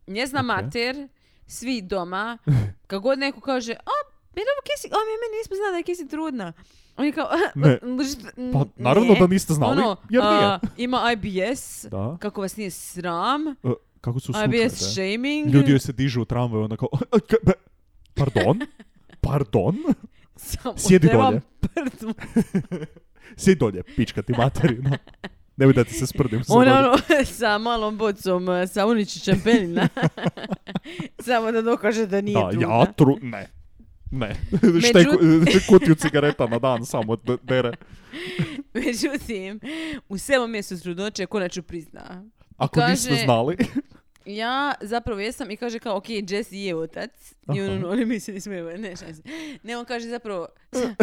Njezna Ok. mater, svi doma, kako god neko kaže, o, je dobro Kesi, o, mi, mi nismo znali da je Kesi trudna. On je kao, Ne. "Šta, Pa n- naravno ne." da niste znali, Ono, jer nije. a, ima IBS, Da. kako vas nije sram, E, kako Ono su slučajeve? IBS shaming, Ljudi joj se dižu u tramvaju, onda kao, "A, k- be- pardon? Pardon? Samo sjedi da vam dolje. prdnu. Sjedi dolje, pička ti materina. Nemoj da ti se sprdim. sa Ona dolje. ono, sa malom bocom, eh, sa uničićem pelina. Samo da dokaže da nije da, trudna. ja tru... Ne. Ne. Šteku, kutiju cigareta na dan samo d- dere. Međutim, u sedmom mjesecu trudnoće konačno prizna. Ako Kaže- niste znali. Ja zapravo jesam i kaže kao, ok, Jesse je otac. I on, Aha. ono, ali mi se nismo jebali, ne šanse. Ne, on kaže zapravo, a,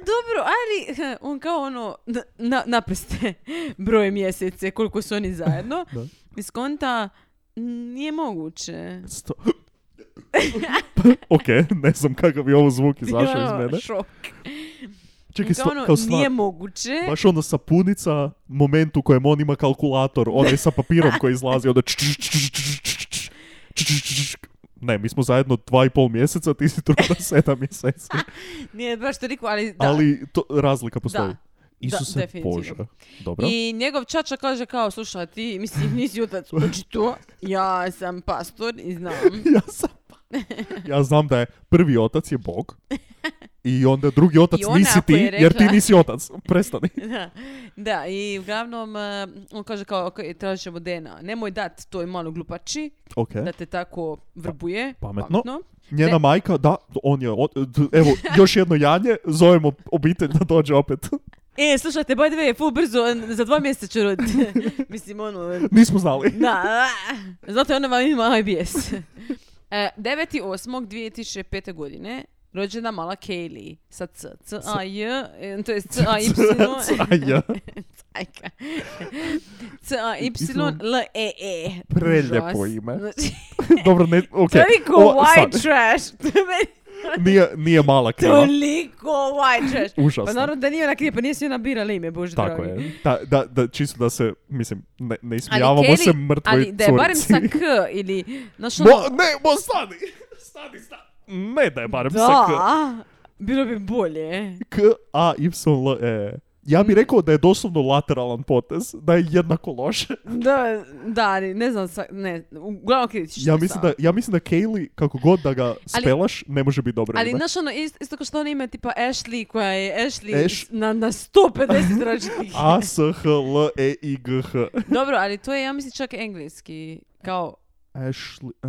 dobro, ali, on kao ono, na, na, naprste broj mjesece, koliko su oni zajedno. Da. I skonta, nije moguće. Sto... ok, ne znam kakav je ovo zvuk izašao iz Ono, mene. Šok. Čekaj, Kao stva- ono, kao stvar, nije moguće. baš ono sapunica, moment u kojem on ima kalkulator, onaj sa papirom koji izlazi, onda č- č- č- č- č- č- č- č- č- č- č- ne, mi smo zajedno dva i pol mjeseca, ti si trudna sedam mjeseci. Nije baš toliko, ali da. Ali to, razlika postoji. Da. Isuse definitivno. Bože. Dobro. I njegov čača kaže kao, slušaj, ti, mislim, nisi otac, očito, ja sam pastor i znam. ja sam... Ja znam da je prvi otac je Bog, I onda drugi otac I ona nisi ako ti, je jer ti rekla- nisi otac. Prestani. Da. da, i uglavnom eh, on kaže kao, ok, tražit ćemo DNA. Nemoj dat toj malo glupači Ok. da te tako vrbuje. E. Pametno. Njena majka, da, on je, ot- d- evo, još jedno janje, zovemo obitelj da dođe opet. E, slušajte, by the way, full brzo, n- za dva mjeseca ću roditi. Mislim, ono, Nismo znali. da, a, zato ona vam ima IBS. E, 9.8.2005. godine rođena mala Kaylee sa C, C, A, J, e, to je C, A, Y, A ja, Ajka. C, A, Y, L, E, E. Preljepo Užas. ime. Znači, dobro, ne, ok. Toliko O, white sad, trash. To meni- nije, nije mala kriva. Toliko white trash. Pa Užasno. naravno da nije ona kriva, pa nije si ona birala ime, bože Tako dragi. je. Da, da, da, čisto da se, mislim, ne, ne Ali ismijavamo Kelly- se mrtvoj Ali da je barem curici. sa K ili... Znaš ono... Mo, ne, mo, stani. Stani, stani. Ne da je barem sa K. da, bilo bi bolje. K, A, Y, L, E. Ja Mm. bih rekao da je doslovno lateralan potez, da je jednako loše. Da, da, ali ne znam, sa, ne, uglavnom kritično Ja mislim sam. da, ja mislim da Kaylee, kako god da ga Ali- spelaš, ne može biti dobro Ali ime. znaš ono, isto, isto kao što ono ime tipa Ashley koja je Ashley Ash- na, na 150 različitih. A, S, H, L, E, I, G, H. Dobro, ali to je, ja mislim, čak engleski. Kao, Ashley, a,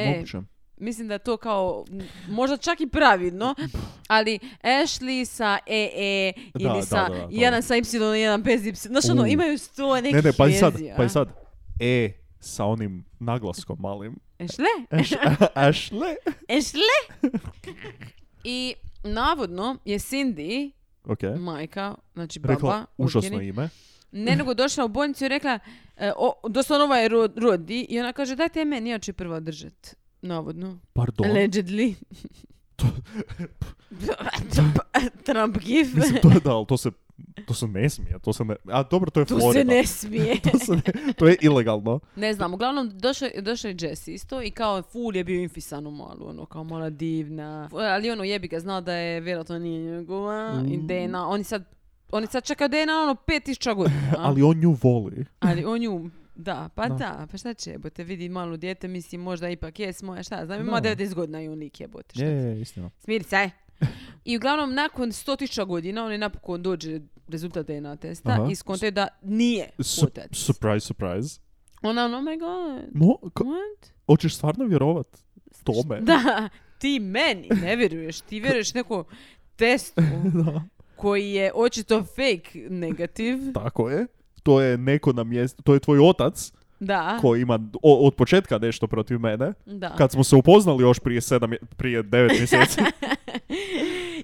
E. moguće. mislim da je to kao, m, možda čak i pravidno, ali Ashley sa EE Da, ili da, sa da, da, jedan sa Y, jedan bez Y. Znaš ono, U. imaju sto nekih Ne, ne, pa i sad, jezija. pa i sad. E, sa onim naglaskom malim. Ashley? Ash, Ashley? Ashley? I navodno je Cindy, Ok. majka, znači baba, E? Rekla, užasno Urkini, ime. ne nego došla u bolnicu i rekla, e, o, doslovno ova je ro- rodi i ona kaže dajte je meni, ja ću je prva držat. Navodno. Pardon. Allegedly. Trump gif. Mislim, to je da, ali to se, to se ne smije. To se ne, a dobro, to je To Florida. se ne smije. to, se ne- to je ilegalno. ne znam, uglavnom došao, došao je Jesse isto i kao ful je bio infisan u malu, ono kao mala divna. Fu- Ali ono jebi ga znao da je vjerojatno nije njegova i Mm. DNA. Oni sad, oni sad čekaju DNA ono 5000 godina. Ali on nju voli. Ali on nju, da, pa Da. da, pa šta će jebote, vidi malo dijete, mislim možda ipak jes moja, šta ja znam, ima Da. 90 godina i on lik jebote, šta Je, ti- je, istina. smiri se. I uglavnom nakon 100.000 godina on je napokon dođe rezultat DNA testa Aha. i skontaju da nije Su- otac. surprise, surprise. Ona ono, oh my god, No, ka- what? hoćeš stvarno vjerovat tome? Da, ti meni ne vjeruješ, ti vjeruješ neko testu Da. koji je očito fake negativ. Tako je. To je neko na mjestu, to je tvoj otac Da, koji ima o- od početka nešto protiv mene. da. Kad smo se upoznali još prije sedam, mje- prije devet mjeseci.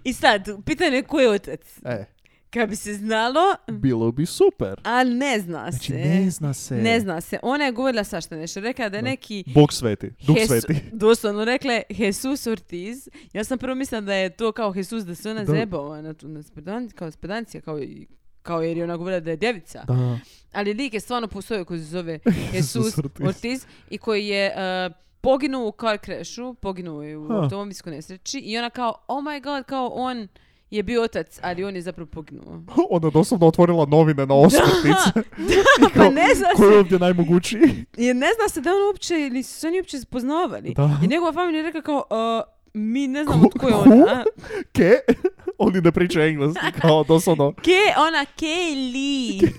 I sad, pitanje je ko je otac. e, Kad bi se znalo, bilo bi super. ali ne zna se. Znači, zna se. Mm. Znači, Ne zna se. Ona je govorila svašta nešto. Rekla je da je Da. neki... Bog sveti, duh Jesu- sveti. Doslovno rekla je Jesus Ortiz. Ja sam prvo mislila da je to kao Jesus, da se ona Da. zebao na, tu- na spedan- kao spedancija, kao, i- kao jer je ona govorila da je djevica. Da. Ali lik je stvarno postoje koji se zove Jesus Jesus Ortiz. Ortiz i koji je e, poginuo u car crashu, poginuo je u Ha. automobilskoj nesreći i ona kao, oh my god, kao on je bio otac, ali on je zapravo poginuo. Ona je doslovno otvorila novine na ospotnice. I Pa kao, ne zna Ko je ovdje najmogućiji? Jer ne zna se da on uopće, ili su se oni uopće spoznavali. Da. I njegova familija je rekla kao, "E, mi ne znamo Ko- tko je ko? ona. Ke? Oni ne pričaju engleski, kao doslovno. Ke, ona Kaylee,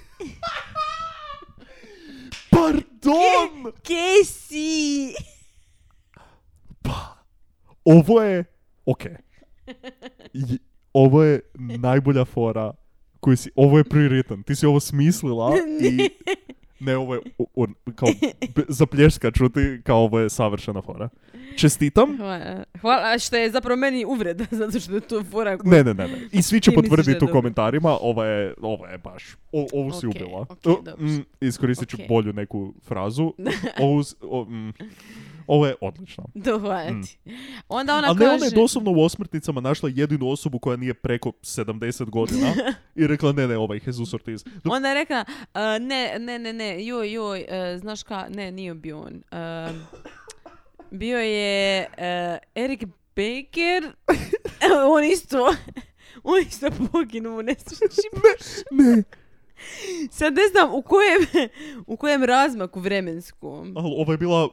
Pardon! Casey. Ovo je... Ok. I- Ovo je najbolja fora koju si... Ovo je priritan. Ti si ovo smislila i... Ne, ovo je... o- o- kao, b- za pljeska čuti kao ovo je savršena fora. Čestitam. Hvala, hvala što je zapravo meni uvreda, zato što je to fora koja- Ne, ne, ne, ne. I svi će Ti misliš da je potvrditi u dobro. komentarima, ova je, ova je baš, o, ovu si Ok, ubila. ok, O, dobro. mm, iskoristit ću Ok. bolju neku frazu. Ovu, s- o, mm, ovo je odlično. To hvala ti. Onda ona Ali Mm. ne, ona kaže... je doslovno u osmrtnicama našla jedinu osobu koja nije preko 70 godina i rekla ne, ne, ovaj Jesus Ortiz. Dok- Onda je rekla, "E, ne, ne, ne, ne, joj, joj, e, znaš ka, ne, nije bio on. E, bio je e, Eric Baker, E, on isto, on isto poginuo u nesreći. ne, Sad ne znam u kojem, u kojem razmaku vremenskom. ali ovo je bila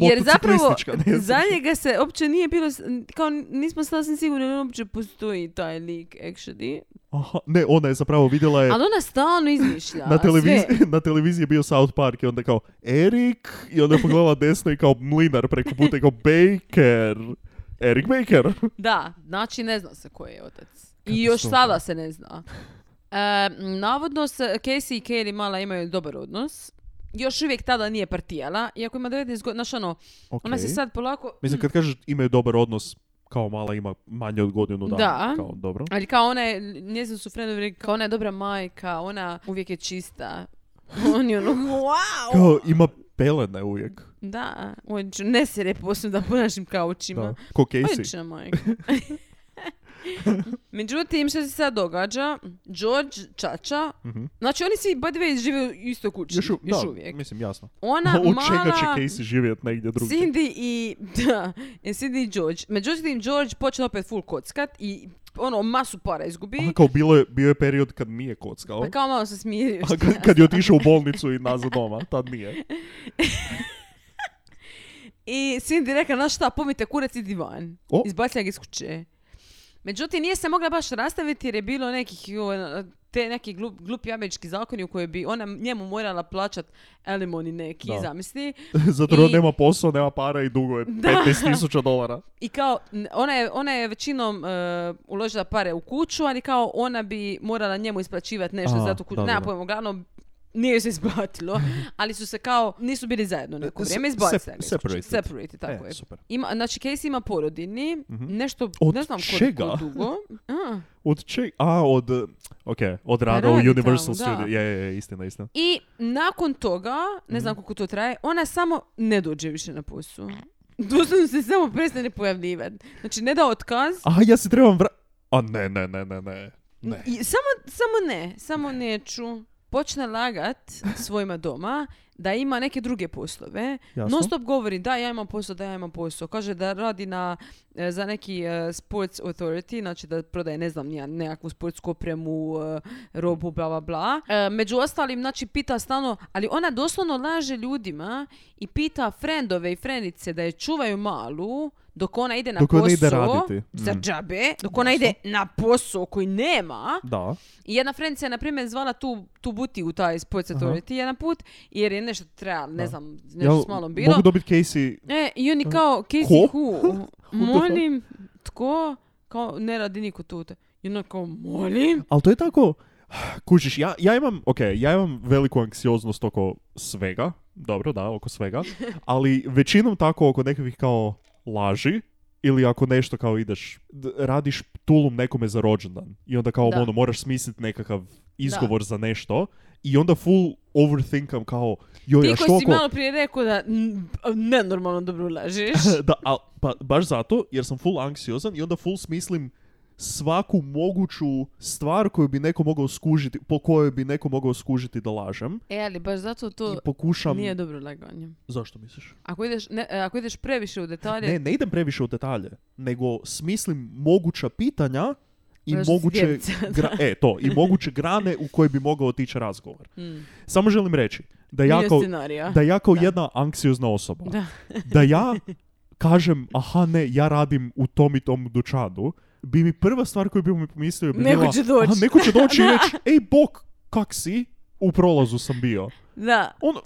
Jer zapravo motociklistička, ne znam. za njega se uopće nije bilo, s- kao nismo sasvim sigurni da uopće postoji taj lik actually. Aha, ne, ona je zapravo vidjela je... Ali ona stalno izmišlja. E. Na televiziji, sve. na televiziji je bio South Park i onda kao Erik i onda je pogledala desno i kao mlinar preko puta i kao Baker. Erik Baker. Da, znači ne zna se koji je otac. I Katastrofa. još sada se ne zna. E, navodno se Casey i Kaylee mala imaju dobar odnos. Još uvijek tada nije partijala, iako ima 19 godina, znaš ono, ona se Okej. sad polako... Mislim, kad kažeš imaju dobar odnos, kao mala ima manje od godinu dana. Da. Kao, dobro. Ali kao ona je, njezin su friendovi rekli, kao ona je dobra majka, ona uvijek je čista. On je ono, wow! Kao, ima pelene uvijek. Da, on će, ne se reposim da ponašim kao očima. Da. Ko Casey. Odlična majka. Međutim, što se sad događa? George, Čača, Mhm. znači oni svi, by the way, žive u istoj kući, Znači, još, da, uvijek. Mislim, jasno. Ona Od čega će mala, Casey živjet negdje drugdje? Cindy i, da, i Cindy i George. Međutim, George počne opet full kockat i ono, masu para izgubi. Aha, kao bilo je, bio je period kad nije kockao. Pa kao malo se smirio. A kad, kad je otišao u bolnicu i nazad doma, tad nije. I Cindy rekla, znaš šta, pomite kurac idi van. O. Izbacila ga iz kuće. Međutim, nije se mogla baš rastaviti jer je bilo nekih, joj, te neki glup, glupi američki zakoni u koje bi ona njemu morala plaćat alimoni neki, Da. zamisli. Zato jer on I- nema posao, nema para i dugo je 15.000 dolara. I kao, n- ona je, ona je većinom e, uložila pare u kuću, ali kao ona bi morala njemu isplaćivati nešto Aha, za tu kuću. da, da, Nema da. pojma, uglavnom nije se isplatilo, ali su se kao, nisu bili zajedno neko Se- vrijeme, izbacili sep- ga iz kuće. separated. Separated, tako E, je. super. Mhm. Ima, znači, Casey ima porodini, nešto, Od ne znam čega? koliko dugo. A. Od čeg? A, od... eh, Ok, od rada u radi Universal tamo, da. Studio. Je, je, je, istina, istina. I nakon toga, Mhm. ne znam koliko to traje, ona samo ne dođe više na posao. Doslovno se samo prestane pojavljivati. Znači, ne da otkaz, A, ja se trebam vra... A, ne, ne, ne, ne, ne. Ne. I samo, samo ne, samo neću. Počne lagat svojima doma da ima neke druge poslove. Jasno. Non stop govori da ja imam posao, da ja imam posao. Kaže da radi na, e, za neki e, sports authority, znači da prodaje ne znam nija, nekakvu sportsku opremu, e, robu, bla bla bla. E, među ostalim, znači pita stalno, ali ona doslovno laže ljudima i pita frendove i frendice da je čuvaju malu dok ona ide na Dok posao ona ide raditi. za Mm. džabe, dok ona ide na posao koji nema, Da. i jedna frendica je, na primjer, zvala tu, tu buti u taj Sports Aha. Authority jedan put, jer je nešto treba, ne znam, nešto Jel, s malom bilo. Mogu dobiti Casey... E, i oni kao, Casey Ko? who? the molim, tko? Kao, ne radi niko tu. I ona kao, molim? Ali to je tako... Kužiš, ja, ja imam, ok, ja imam veliku anksioznost oko svega, dobro, da, oko svega, ali većinom tako oko nekakvih kao laži, ili ako nešto kao ideš, d- radiš tulum nekome za rođendan i onda kao Da. ono, moraš smisliti nekakav izgovor za nešto i onda full overthinkam kao, joj, Ti a što koji si ako... malo prije rekao da n- nenormalno dobro lažeš. da, a, pa, baš zato, jer sam full anksiozan i onda full smislim svaku moguću stvar koju bi neko mogao skužiti, po kojoj bi neko mogao skužiti da lažem. E, ali baš zato I to pokušam... nije dobro laganje. Zašto misliš? Ako ideš, ne, e, ako ideš previše u detalje, Ne, ne idem previše u detalje, nego smislim moguća pitanja i Znaš, moguće, djeca, gra- e, to, i moguće grane u koje bi mogao otići razgovor. Mm. Samo želim reći da ja milio kao, scenarija. da ja kao jedna anksiozna osoba, Ah, Da. da ja kažem, aha ne, ja radim u tom i tom dućanu, bi mi prva stvar koju bi mi pomislio bi Neko bila, će doći. "Aha, neko će doći i reći, ej bok, kak si? U prolazu sam bio. da. Ono,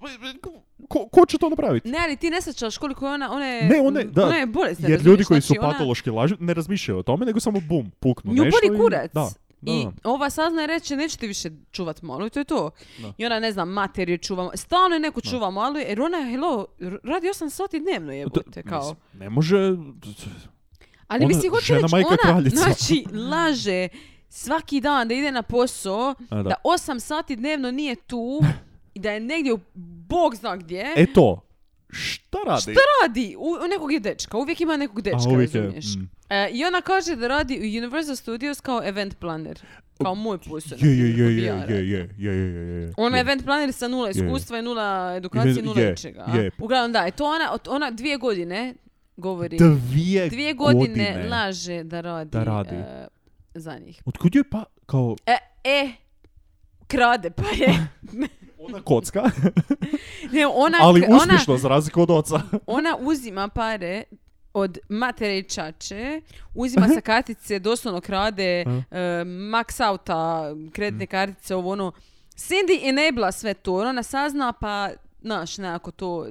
ko, ko će to napraviti? Ne, ali ti ne sjećaš koliko je ona, ona je, Ne, ona je- da. ona je bolesna, Jer ljudi razumiješ? koji su Znači, ona- patološki laži ne razmišljaju o tome, nego samo bum, puknu Nju nešto. boli i- kurac. Da, da, I da. ova sazna i reče, neću ti više čuvat malu i to je to. Da. I ona, ne znam, mater je čuva, stalno je neko čuva malu, jer ona, hello, r- radi 8 sati dnevno jebote, Da, kao. mislim, ne može... Ali ona- mislim, hoću žena reći, majka ona, kraljica. znači, laže svaki dan da ide na posao, A, da. da. 8 sati dnevno nije tu, i da je negdje u bog zna gdje, E to, šta radi? Šta radi? U, u nekog je dečka, uvijek ima nekog dečka, A, uvijek je, razumiješ? mm. E, I ona kaže da radi u Universal Studios kao event planer. Kao moj posao. na Je, je, primjer, je, ko je, PR-a. je, je, je, je, je, je. Ona je je. Ono event planer sa nula je. iskustva i nula edukacije, I nula je, ničega. je. Uglavnom da, je to ona, od- ona dvije godine govori. Dvije, dvije godine, laže da radi, Da radi. e, za njih. Otkud je pa, kao, E, e, krade pa je. Ona kocka, Ne, ona, ali ona, uspješno za razliku od oca. ona uzima pare od matere i čače, uzima sa kartice, doslovno krade, Mhm. e, max auta, kreditne kartice, ovo ono. Cindy enabla sve to, jer ona sazna pa, znaš, nekako to...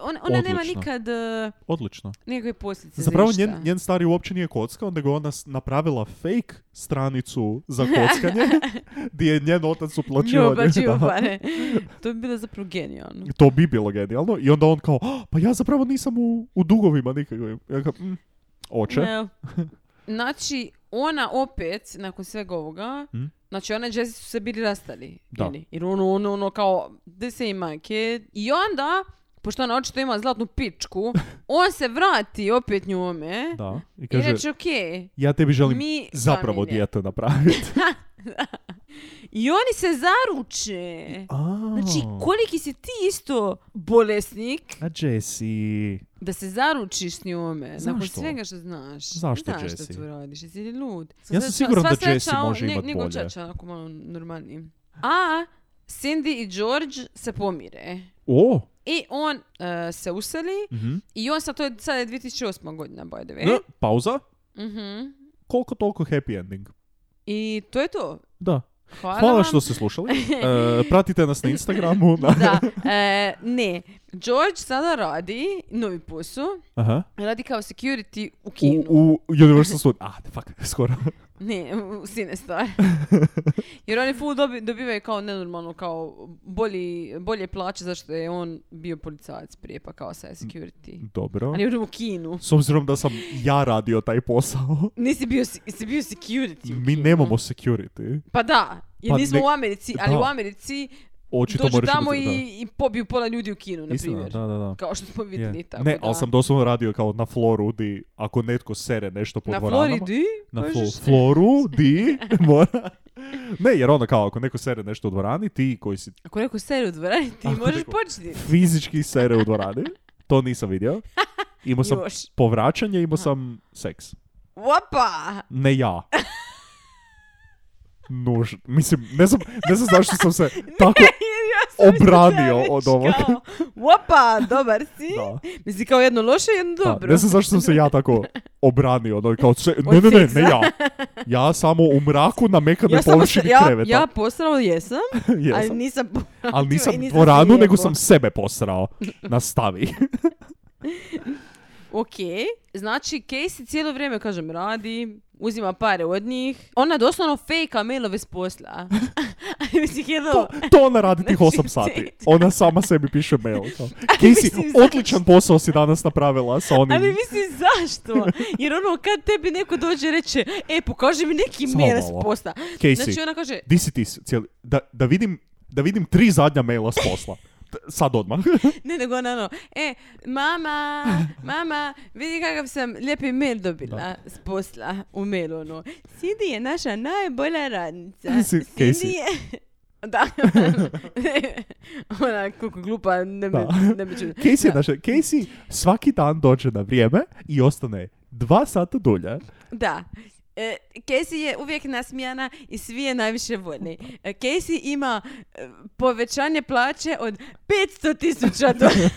Ona, ona nema Odlično. nikad e, Odlično. nikakve posljedice za Zapravo ništa. njen, njen stari uopće nije kockao, nego je ona s- napravila fake stranicu za kockanje, gdje je njen otac Nju uplaćivao. obrađivao da. pare. To bi bilo zapravo genijalno. To bi bilo genijalno. I onda on kao, "Ah, pa ja zapravo nisam u, u dugovima nikakvim. Ja kao, "Mm, oče. Ne. Znači, ona opet, nakon svega ovoga, Mm. znači ona i Jesse su se bili rastali. Da. ili? Jer ono, ono, ono, kao, this ain't my kid. I onda, pošto ona očito ima zlatnu pičku, on se vrati opet njome Da. I i kaže, reče, okej, ja tebi želim mi zapravo familija." dijete napraviti. I oni se zaruče. Znači, koliki si ti isto bolesnik A Jesse... da se zaručiš s njome, Zašto? nakon svega što znaš. Zašto, znaš Jesse? što tu radiš, jesi li lud? Ja sam siguran da Jesse on- može nje- imat njegov bolje. čača, onako malo normalniji. A Cindy i George se pomire. O! I on e, se useli mhm. i on sad, to je, sad je 2008. godina, by the way. Ne, pauza. Mhm. Koliko toliko happy ending. I to je to. Da. Hvala, Hvala vam. što ste slušali. E, pratite nas na Instagramu. Na... Da, e, ne. George sada radi novi posao. Aha. Radi kao security u U, kinu. u Universal Studios. Ah, fuck, skoro. Ne, u sine stvar. Jer oni full dobi, dobivaju kao nenormalno, kao bolji, bolje plaće zašto je on bio policajac prije, pa kao sad je security. Dobro. Ali u kinu. S obzirom da sam ja radio taj posao, Nisi bio, si- jesi bio security u mi kinu. nemamo security. Pa da, jer Pa nismo ne- u Americi, ali da. u Americi Očito dođu moraš tamo imati- da. i, i pobiju pola ljudi u kinu, na Istina, primjer. da, da, da. Kao što smo Je. vidjeli, tako Ne, da. ali sam doslovno radio kao na floru di, ako netko sere nešto po Na dvoranama. Floridi, na kažeš? flo- floru di mora... Ne, jer ono kao ako neko sere nešto u dvorani, ti koji si Ako neko seri u dvorani, ti Ako možeš neko- početi. fizički sere u dvorani. To nisam vidio. Imao sam Još. povraćanje, imao sam seks. Opa! Ne ja. Nuž, mislim, ne znam, ne znam zašto sam se tako... ja sam mislila da obranio reći od ovoga. kao, Opa, dobar si. Da. Misli kao jedno loše, jedno Da, dobro. ne znam zašto sam se ja tako obranio. Ono, kao, se- ne, ne, ne, ne ja. Ja samo u mraku na mekane ja samo se, površini ja, kreveta. ja posrao jesam, ali Jesam. nisam Ali povratio nisam i dvoranu, se nego jebao. sam sebe posrao. Nastavi. Ok, znači Casey cijelo vrijeme, kažem, radi, uzima pare od njih. Ona doslovno fejka mailove s posla. Ali Misli, hello. To ona radi tih Znači, 8 sati. ti- Ona sama sebi piše mail. kao, mislim, Casey, zašto? odličan posao si danas napravila sa onim... Ali mislim zašto? Jer ono kad tebi neko dođe i reče, e pokaži mi neki Samo mail s malo. posla. Casey, Znači ona kaže, Di si ti s- cijeli... Da, da, vidim, da vidim tri zadnja maila s posla. T- Sad odmah. Ne, nego ono, ono, e, mama, mama, vidi kakav sam lijepi mail dobila s posla u mailu, ono. Cindy je naša najbolja radnica. Mislim, Cindy Casey. je... Da. Ona, koliko glupa, ne bi, Da. ne bi čudno. Casey, je Da. naša- Casey svaki dan dođe na vrijeme i ostane dva sata dulje. Da. E, Casey je uvijek nasmijana i svi je najviše voli. E, Casey ima e, povećanje plaće od 500 tisuća dolara.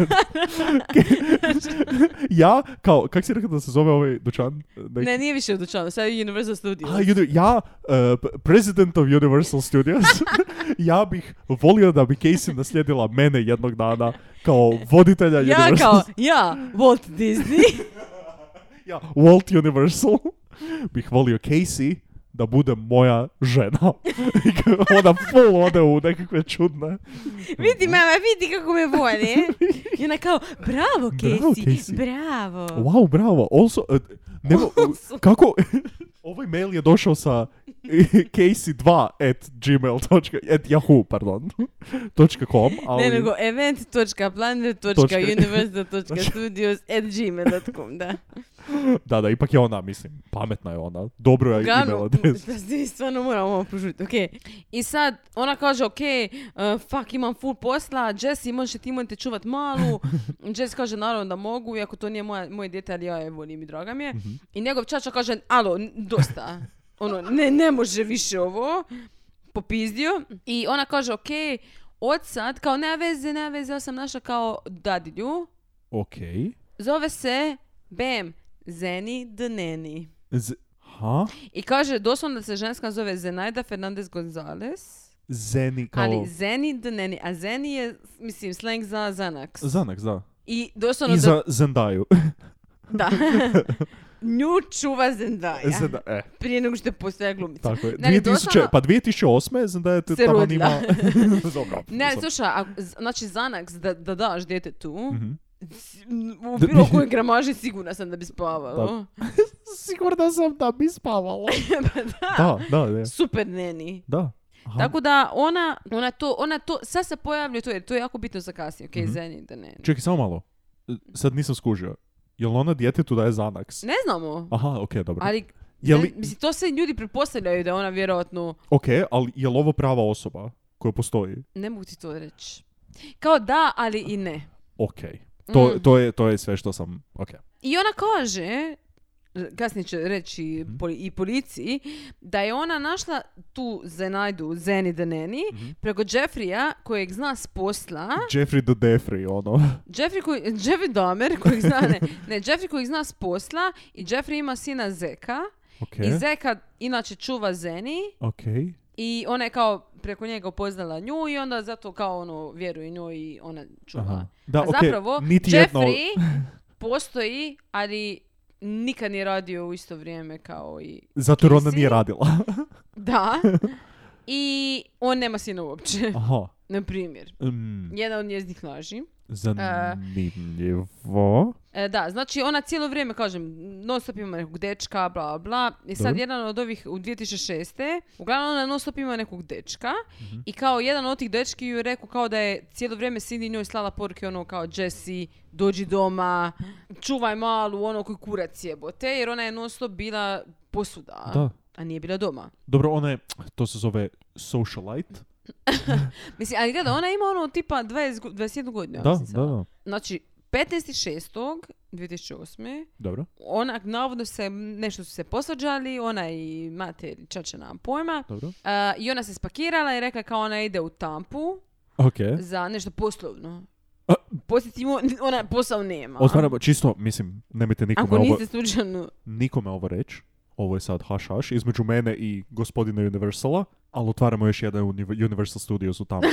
Ja, kao, kak si rekao da se zove ovaj dućan? Neki- Ne, nije više u dućanu, sad je Universal Studios. A, uni- ja, eh, p- president of Universal Studios, ja bih volio da bi Casey naslijedila mene jednog dana kao voditelja Ja Universal. kao, ja, Walt Disney. Ja, Walt Universal. bih volio Casey da bude moja žena. I kao Ona full ode u nekakve čudne. vidi mama, vidi kako me voli. I ona kao, bravo Casey, Bravo, bravo. Casey." Wow, bravo. Also, eh, nemo, Also. kako... Ovaj mail je došao sa casey2 at gmail točka- at yahoo, pardon, točka com, ali... Ne, nego event.planet.universal.studios.gmail.com, da. Da, da, ipak je ona, mislim, pametna je ona. Dobro je email Uglavnom, adres. da se mi pa stvarno moramo ovo požuriti, okej. I sad, ona kaže, okej, uh, fuck, imam full posla, Jesse, možeš ti imati čuvat malu. Jesse kaže, naravno da mogu, iako to nije moja, moje djete, ali ja je volim i draga mi je. I njegov čača kaže, alo, n- dosta. Ono, ne, ne može više ovo. Popizdio. I ona kaže, okej, od sad, kao nema veze, nema veze, ja sam našla kao dadilju, Ok. zove se Bem Zeni Dneni. Z- ha? I kaže, doslovno da se ženska zove Zenaida Fernandez Gonzalez, Zeni kao... ali Zeni Dneni, a Zeni je, mislim, slang za Zanax. Zanak, da. I doslovno... I do- za Zendaju. Ja. Da. Nju čuva Zendaya. Zenda- e, Prije nego što je postala glumica. tako je. Ne, 2000, doslovno- Pa 2008. Zendaya je Se tamo rodila. nima... Dobro. Ne, sad- slušaj, a, z- znači Zanax da, da daš djete tu, Mhm. u bilo kojoj gramaži sigurna sam da bi spavalo. Sigurna sam da bi spavala. Pa da. da, da, da. Super neni. Da. Aha. Tako da ona, ona to, ona to, sad se pojavljuje to jer to je jako bitno za kasnije, okej, Mhm. Zeni da neni. Čekaj, samo malo. Sad nisam skužio. Jel ona djetetu daje Zanax? Ne znamo, Aha, ok, dobro. ali Je li- Zen- mislim, to se ljudi pretpostavljaju da je ona vjerojatno, Ok, ali je li ovo prava osoba koja postoji? ne mogu ti to reći. Kao da, ali i ne. Ok. To, Mm. to, je, to je sve što sam... Ok. I ona kaže, kasnije će reći poli- i policiji, da je ona našla tu Zenajdu, Zeni Deneni, preko Jeffrija, kojeg zna s posla. Jeffrey the Defrey, ono. Jeffrey, koji, Jeffrey Dahmer, kojeg zna, ne, ne, Jeffrey kojeg zna s posla i Jeffrey ima sina Zeka. Ok. I Zeka inače čuva Zeni Ok. i ona je kao preko njega upoznala nju i onda zato kao ono vjeruje njoj i ona čuva. Aha. Da, A ok. zapravo, Niti jedno- Jeffrey postoji, ali nikad nije radio u isto vrijeme kao i... Zato jer ona Casey. nije radila. Da. I on nema sina uopće, Aha. na primjer. Mm, Jedan od njezinih laži. zanimljivo. E, da, znači ona cijelo vrijeme, kažem, non stop ima nekog dečka, bla, bla. I sad Dobro. jedan od ovih u 2006. Uglavnom ona non stop ima nekog dečka. Mhm. I kao jedan od tih dečki ju je rekao kao da je cijelo vrijeme Cindy njoj slala poruke ono kao Jesse, dođi doma, čuvaj malu, ono koji kurac jebote. Jer ona je non stop bila posuda. Da. A nije bila doma. Dobro, ona je, to se zove socialite. Mislim, ali gleda, ona ima ono tipa 20, go- 21 godinu. ja da, mislim da, sada. da. Znači, 15.6.2008. Dobro. Ona, navodno se, nešto su se posvađali, ona i mate ili čače nam pojma. Dobro. A, I ona se spakirala i rekla kao ona ide u tampu Ok. za nešto poslovno. A- Posjetimo, ona posao nema. Otvaramo, čisto, mislim, nemojte nikome Ako ovo, niste slučajno... nikome ovo reći. Ovo je sad haš haš između mene i gospodina Universala, ali otvaramo još jedan uni- Universal Studios u Tampi.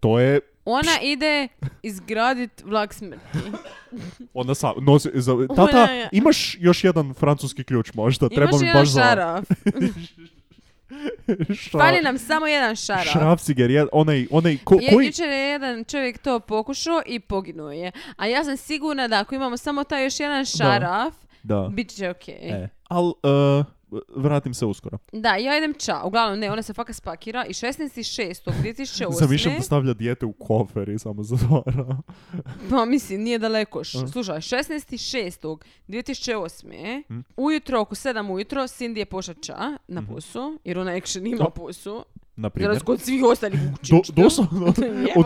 to je, Ona ide izgradit vlak smrti. onda sa, nosi, za, tata, je- imaš još jedan francuski ključ možda, Imaš treba mi jedan baš za... šaraf. Šra- Fali nam samo jedan šaraf. Šrafciger, jed- onaj, onaj, ko, Je, koji... Jučer je jedan čovjek to pokušao i poginuo je. A ja sam sigurna da ako imamo samo taj još jedan šaraf, Da, bit će okej. e. Al, e, vratim se uskoro. Da, ja idem ča. Uglavnom, ne, ona se faka spakira i 16.6.2008. Zamišljam da stavlja dijete u kofer i samo zatvara. Pa mislim, nije daleko. Š- Mhm. Slušaj, 16.6.2008. Mhm. Ujutro, oko 7 ujutro, Cindy je pošla ča na posao, jer ona action ima Da. posao. Na Za Mhm. primjer. razliku od svih ostalih u kući. Do, doslovno, od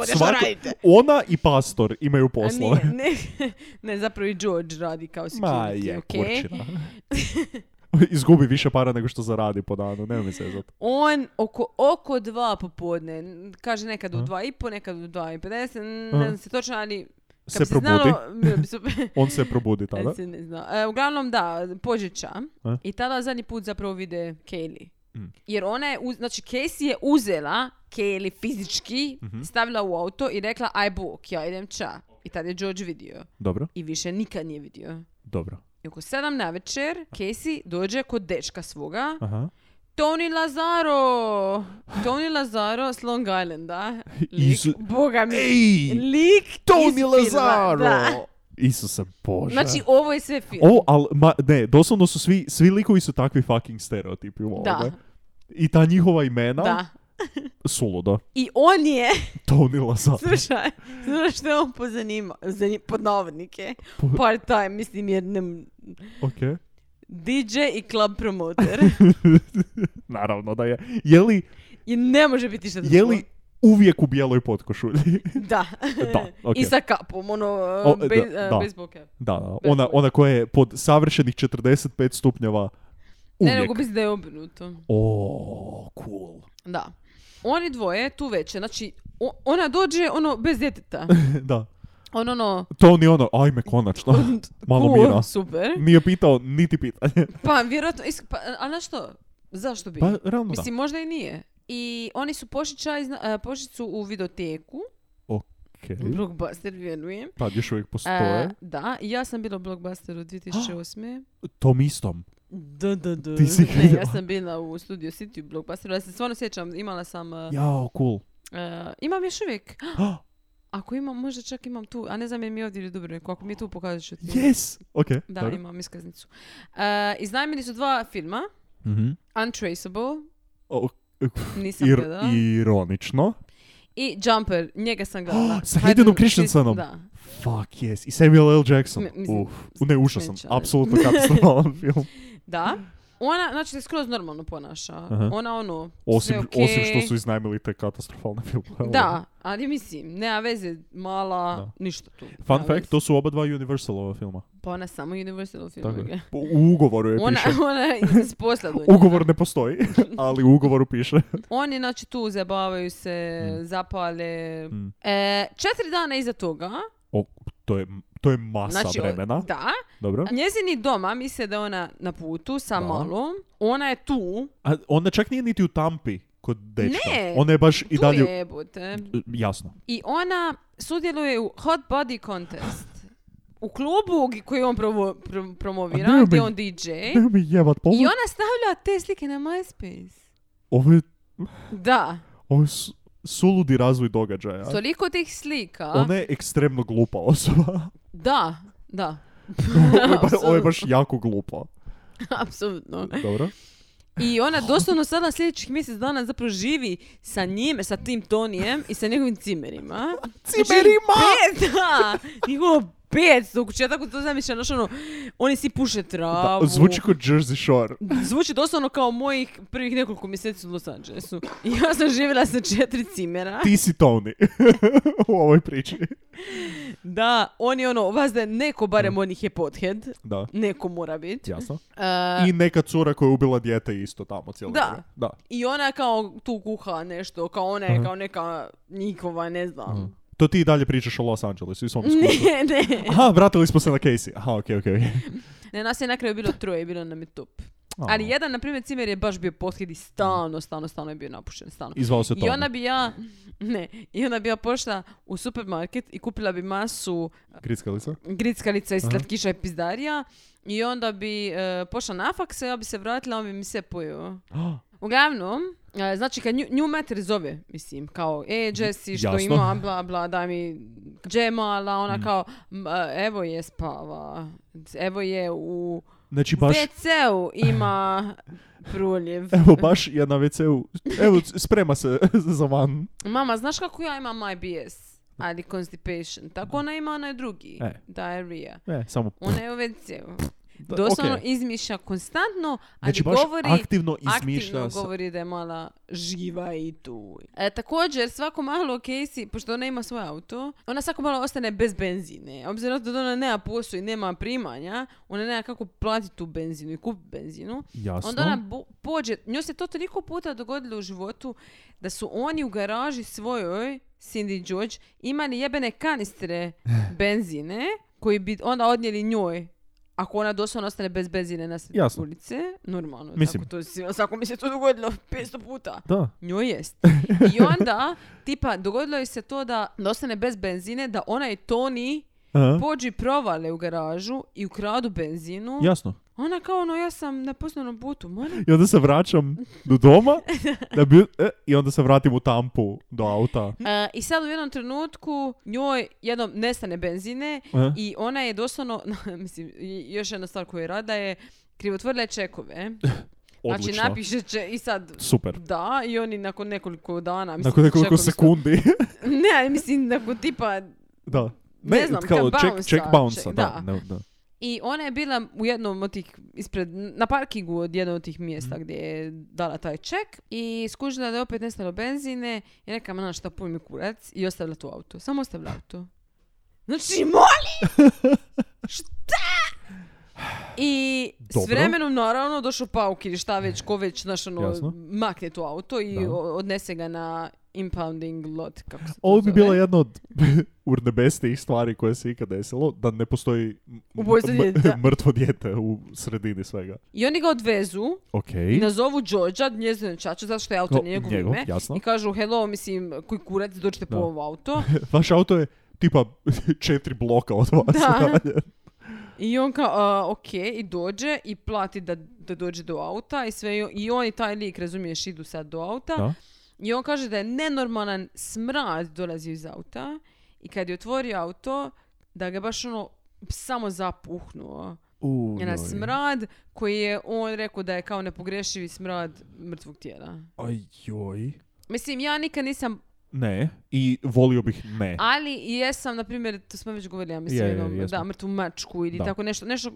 šta svako- radite? ona i pastor imaju A poslove. nije, ne, ne, zapravo i George radi kao Ma security, je, okej? kurčina. Izgubi više para nego što zaradi po danu, nemoj mi se zato. On oko, oko dva popodne, n- kaže nekad u dva i po, nekad u dva i pedeset, n- ne Aha. znam se točno, ali kad Se bi probudi, znalo, bilo bi super. on se probudi tada. Ali se ne zna. E, uglavnom da, pođeća A? i tada zadnji put zapravo vide Kaylee. Mm. Jer ona je, uz, znači Casey je uzela Kaylee fizički, Mhm. stavila u auto i rekla aj bok, ja idem ča. I tad je George vidio. Dobro, I više nikad nije vidio. dobro. I oko sedam na večer Casey dođe kod dečka svoga Aha. Tony Lazaro! Tony Lazaro s Long Islanda. Lik, Isu- boga mi. Ej! Lik iz filma, da. Isuse Bože. Znači, ovo je sve film. o, al, ma, ne, doslovno su svi, svi likovi su takvi fucking stereotipi u ovome. Da. I ta njihova imena, Da. suludo. I on je, Tony Lazar. slušaj, slušaj što je on pozanima, zani, pod navodnike, part time, mislim, jer ne, Ok. DJ i club promoter. Naravno da je. Je li, I ne može biti što je li uvijek u bijeloj potkošulji? Da. Da, okej. I sa kapom, ono, O, e, be, da, da. baseball cap. Da, da, ona, ona koja je pod savršenih 45 stupnjeva uvijek. Ne, nego mislim da je obrnuto. O, cool. Da. Oni dvoje tu večer, znači o- ona dođe, ono, bez djeteta. da. Ono, ono, To ni ono, ajme konačno, malo cool, mira. super. Nije pitao niti pitanje. Pa, vjerojatno, is, pa, a na što? Zašto bi? Pa, realno da. Mislim, možda i nije. I oni su pošića, izna- e, pošicu u videoteku, Okej. Blockbuster, vjerujem. Tad još uvijek E, postoje. da, i ja sam bila u Blockbusteru 2008. Tom istom. Da, da, da. Ti si ih ne, vidjela? ja sam bila u Studio City u Blockbusteru. Ja se stvarno sjećam, imala sam... e, Jao, cool. e, imam još uvijek. Ako imam, možda čak imam tu, a ne znam je li mi ovdje ili u Dubrovniku. Ako mi je tu pokazat ću ti. yes! Ok, Da, dobro. imam iskaznicu. E, iznajmili su dva filma. Mhm. Untraceable, O, nisam ir- gledala. ironično. I Jumper, njega sam gledala. sa Hayden Haydenom Christ- Christensenom. Da. Fuck yes. I Samuel L. Jackson. Mi- mislim, Uf. Ne, ušao sam. smećale. Apsolutno katastrofalan film. Da. Ona, znači, se skroz normalno ponaša. Aha. Ona ono, Osim, sve okej. osim što su iznajmili te katastrofalne filmove. Da, ali mislim, nema veze, mala, Da. ništa tu. Fun nema fact, veze. to su oba dva Universalova filma. Pa ona samo Universal Tako je. filmove. Po- U ugovoru je Ona, piše. ona je s posla do njega. Ugovor ne postoji, ali u ugovoru piše. Oni, znači, tu zabavaju se, zapale. Mm. E, četiri dana iza toga, O, to je, to je masa znači, o- vremena. da, Dobro. njezini doma misle da je ona na putu sa Da. malom, ona je tu, A onda čak nije niti u Tampi kod dečka. Ne, Ona je baš i tu dalje... E, je, jebote. Jasno. I ona sudjeluje u Hot Body Contest. U klubu g- koji on provo- pro- A promovira, ne gdje je bi- on DJ. Ne mi jebat ovo. E? I ona stavlja te slike na MySpace. Ovo je, Da, ovo je su- suludi razvoj događaja. toliko tih slika. Ona je ekstremno glupa osoba. Da, da, ovo, je ba- ovo je Apsolutno. baš jako glupa. apsolutno. Dobro. I ona doslovno sada sljedećih mjesec dana zapravo živi sa njime, sa tim Tonijem i sa njegovim cimerima. Cimerima! Znači, pet, da! Njihovo pet su u kući. Ja tako to zamišljam, znaš ono, oni si puše Da, travu. zvuči kod Jersey Shore. Zvuči doslovno kao mojih prvih nekoliko mjeseci u Los Angelesu. I ja sam živjela sa četiri cimera. Ti si Tony u ovoj priči. Da, oni ono, vas da je neko, barem onih je pothead. Da, Neko mora biti. jasno. E, I neka cura koja je ubila dijete isto tamo cijelo Da. vrijeme. Da. I ona kao tu kuha nešto, kao ona je kao neka njihova, ne znam. To ti i dalje pričaš o Los Angelesu i svom iskustvu. Ne, ne. Aha, vratili smo se na Casey. Aha, okej, okej. Ne, nas je na kraju bilo troje, bilo nam je top. A, Ali jedan, na primjer, cimer je baš bio pothid i stalno, stalno, stalno je bio napušen, stalno. Izvao se I Tony. onda bi ja, ne, i onda bi ja pošla u supermarket i kupila bi masu Grickalica? grickalica i slatkiša i pizdarija i onda bi e, pošla na fakse, ja bi se vratila, on bi mi sve pojeo. Uglavnom, e, znači kad nju, nju mater zove, mislim, kao, e, Jessie, što Jasno. Mm. ima, bla, bla, daj mi džemala, ona kao, "M, e, evo je spava, evo je u Znači baš... WC-u ima pruljev. Evo baš je na WC-u. Evo, c- sprema se za van. Mama, znaš kako ja imam IBS? Ali constipation. Tako ona ima onaj drugi. E. Diarrhea. Ne, E, samo... Ona je u WC-u. Da, Doslovno Pa, okej. izmišlja konstantno, ali Znači baš govori, aktivno aktivno izmišlja se. govori da je mala živa i tu. E, također, svako malo Casey, pošto ona ima svoj auto, ona svako malo ostane bez benzine. Obzirom na to da ona nema posao i nema primanja, ona nema kako platiti tu benzinu i kupiti benzinu. Jasno. Onda ona bu- pođe, njoj se to toliko puta dogodilo u životu da su oni u garaži svojoj, Cindy i George, imali jebene kanistre benzine koji bi onda odnijeli njoj. Ako ona doslovno ostane bez benzine na sred Jasno. ulice, normalno. Mislim. Tako, to, si- svako mi se to dogodilo 500 puta. Da. Njoj jest. I onda, tipa, dogodilo je se to da, da ostane bez benzine, da ona i Tony Aha. pođu i provale u garažu i ukradu benzinu. Jasno. Ona kao ono, ja sam na poslovnom putu, moram I onda se vraćam do doma da bi, e, i onda se vratim u tampu do auta. E, I sad u jednom trenutku njoj jednom nestane benzine E, i ona je doslovno, mislim, i- još jedna stvar koju je rada je krivotvorila je čekove. e. Znači Odlično. napiše će i sad Super. da i oni nakon nekoliko dana, mislim, Nakon nekoliko čekovi su- sekundi. Ne, ali mislim, nakon tipa da. Ne znam, kao check, bounce-a, check bounce check- da. da. ne- da. I ona je bila u jednom od tih, ispred, na parkingu od jednog od tih mjesta Mhm. gdje je dala taj ček i skužila da je opet nestalo benzine i rekla, ma znaš šta pojmi kurac i ostavila tu auto. Samo ostavila auto. Znači, moli! Šta? I Dobro. s vremenom, naravno, došao pauk ili šta već, ko već, znaš, ono, Jasno. makne tu auto i Da. o- odnese ga na impounding lot, kako se to Ovo bi zove. bila jedna od urnebestijih stvari koje se ikad desilo, da ne postoji m- Ubojstvo m- djeteta. mrtvo dijete u sredini svega. I oni ga odvezu Ok. i nazovu Đorđa, njezinu čaču, zato što je auto No, nije njegovo njegov, ime. jasno. I kažu, hello, mislim, koji kurac, dođite po Da. ovo auto. Vaš auto je tipa četiri bloka od vas. Da. I on kao, "A, ok, i dođe i plati da, da dođe do auta i sve. I on i taj lik, razumiješ, idu sad do auta. Da. I on kaže da je nenormalan smrad dolazi iz auta i kad je otvorio auto, da ga baš ono samo zapuhnuo. U, Na joj. smrad koji je on rekao da je kao nepogrešivi smrad mrtvog tijela. Aj, joj. Mislim, ja nikad nisam, Ne. I volio bih ne. ali i jesam, na primjer, to smo već govorili, ja mislim, Je, je, jednom, jesmo. da, mrtvu mačku ili Da. tako nešto, nešto,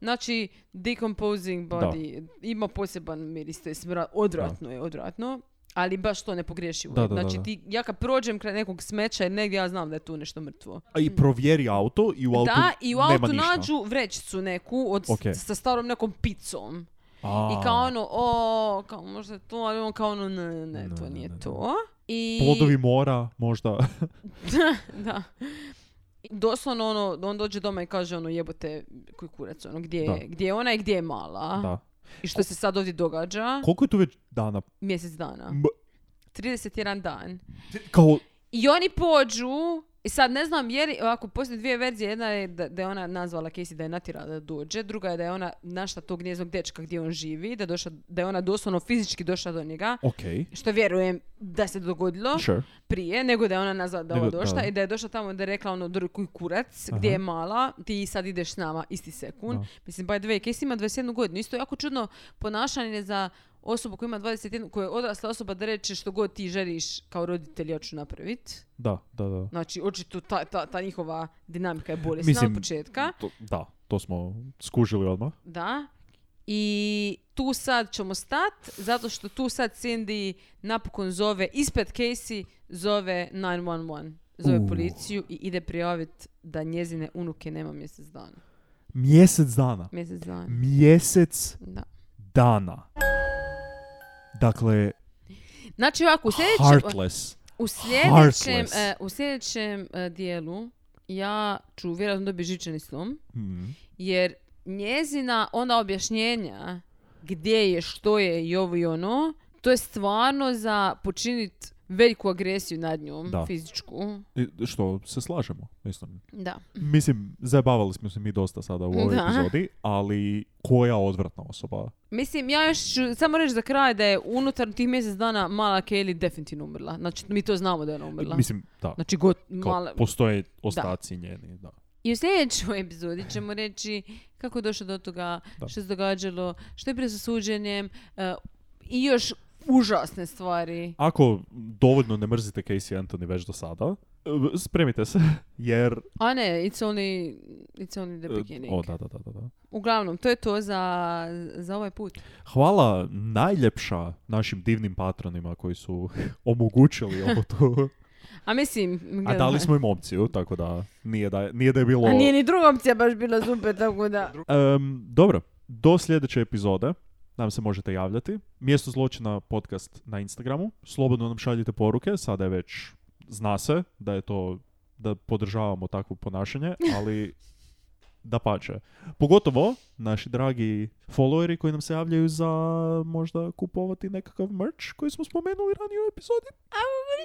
znači, decomposing body, ima poseban miris, to je smrad, odvratno je, odvratno, ali baš to nepogrešivo. Da, je. da, da, znači, da. ti, ja kad prođem kraj nekog smeća ili negdje, ja znam da je tu nešto mrtvo. A I provjeri auto i u autu Mm. da, i u nema autu ništa. nađu vrećicu neku od, Ok. sa starom nekom picom. A, I kao ono, o, kao možda je to, ali on kao ono, ne, ne, Ne, to ne, nije ne, ne. to. I... Plodovi mora, možda. da. I Doslovno ono, on dođe doma i kaže ono jebote koji kurac, ono gdje, Da. je- gdje je ona i gdje je mala. Da. I što se sad ovdje događa? Koliko je tu već dana? Mjesec dana. M- 31 dan. Kao, I oni pođu, i sad ne znam je li, ovako, postoje dvije verzije, jedna je da, da je ona nazvala Casey da je natjerala da dođe, druga je da je ona našla tog njeznog dečka gdje on živi, da, je došla, da je ona doslovno fizički došla do njega, okej. što vjerujem da se dogodilo Sure. prije, nego da je ona nazvala da je Nego- ova došla da. i da je došla tamo da je rekla ono drugi kuj kurac, gdje Aha. je mala, ti sad ideš s nama isti sekund. Da. Mislim, by the way, Casey ima 21 godinu, isto jako čudno ponašanje za osobu koja ima 21, koja je odrasla osoba da reče što god ti želiš kao roditelj ja ću napravit. Da, da, da. Znači, očito ta, ta, ta njihova dinamika je bolesna Mislim, od početka. To- da, to smo skužili odmah. Da. I tu sad ćemo stat, zato što tu sad Cindy napokon zove, ispred Casey zove 911. Zove U. policiju i ide prijavit da njezine unuke nema mjesec dana. Mjesec dana. Mjesec dana. Mjesec Da. dana. Dakle, Znači ovako, u sljedećem, heartless. u sljedećem, heartless. e, u sljedećem e, dijelu ja ću vjerojatno dobiti žičani slom. Mhm. Jer njezina ona objašnjenja gdje je, što je i ovo i ono, to je stvarno za počinit veliku agresiju nad njom, Da. fizičku. I Što se slažemo, mislim. Da. Mislim, zajebavali smo se mi dosta sada u ovoj Da. epizodi, ali koja odvratna osoba. Mislim, ja još ću samo reći za kraj da je unutar tih mjesec dana mala Kelly definitivno umrla. Znači, mi to znamo da je ona umrla. Mislim, da. Znači, got, Kao, mala... Postoje ostaci njeni, da. I u sljedećoj epizodi ćemo reći kako je došlo do toga, Da. što se događalo, što je bilo sa suđenjem e, i još užasne stvari. Ako dovoljno ne mrzite Casey Anthony već do sada, e, spremite se, jer... A ne, it's only, it's only the e, beginning. O, da, da, da, da, da. Uglavnom, to je to za, za ovaj put. Hvala najljepša našim divnim patronima koji su omogućili ovo tu. A mislim... A dali smo im opciju, tako da nije da je, nije da je bilo... A nije ni druga opcija baš bila super, tako da... Em, dobro, do sljedeće epizode nam se možete javljati. Mjesto zločina podcast na Instagramu. Slobodno nam šaljite poruke, sada je već zna se da je to da podržavamo takvo ponašanje, ali da pače. Pogotovo naši dragi followeri koji nam se javljaju za možda kupovati nekakav merch koji smo spomenuli ranije u epizodi.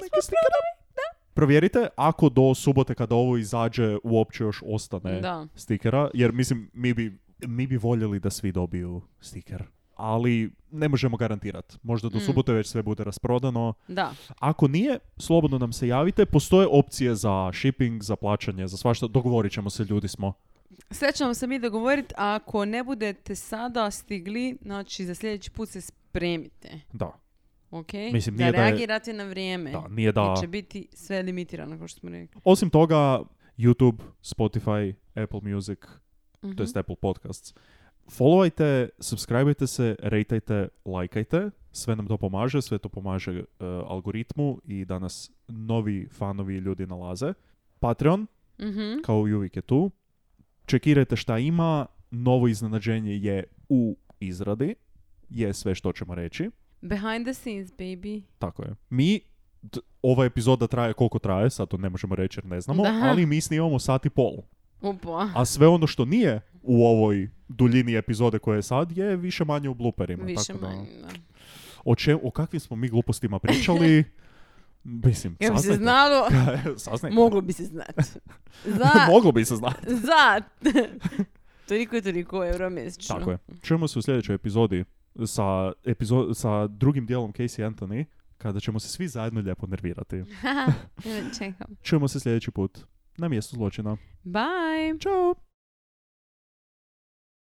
Neke stikere. Provjerite ako do subote kada ovo izađe uopće još ostane Da. stikera, jer mislim mi bi, mi bi voljeli da svi dobiju stiker. Ali ne možemo garantirati. Možda do subote već sve bude rasprodano. Da. Ako nije, slobodno nam se javite. Postoje opcije za shipping, za plaćanje, za svašta. Dogovorit ćemo se, ljudi smo. Sve ćemo se mi dogovoriti, a ako ne budete sada stigli, znači za sljedeći put se spremite, Da, ok? Mislim, da nije da je- reagirate na vrijeme. da, nije da. Jer će E, biti sve limitirano, kao što smo rekli. Osim toga, YouTube, Spotify, Apple Music, Mhm. to jest Apple Podcasts. Followajte, subscribeajte se, rejtajte, lajkajte. Sve nam to pomaže, sve to pomaže e, algoritmu i da nas novi fanovi i ljudi nalaze. Patreon, Mhm. kao i uvijek je tu. Čekirajte šta ima, novo iznenađenje je u izradi, je sve što ćemo reći. Behind the scenes, baby. Tako je. Mi d- ova epizoda traje koliko traje, sad to ne možemo reći jer ne znamo, Da. ali mi snimamo sat i pol. Upa. A sve ono što nije u ovoj duljini epizode koja je sad je više manje u blooperima. Više tako da- manje, da. O, čem, o kakvim smo mi glupostima pričali, mislim, Kad bi se saznajte. znalo, saznajte. moglo bi se znati. Za, Moglo bi se znati. za toliko i toliko euro mjesečno. Tako je. Čujemo se u sljedećoj epizodi sa, epizo- sa drugim dijelom Casey Anthony, kada ćemo se svi zajedno lijepo nervirati. Čekam. Čujemo se sljedeći put na mjestu zločina. Bye. Ćao!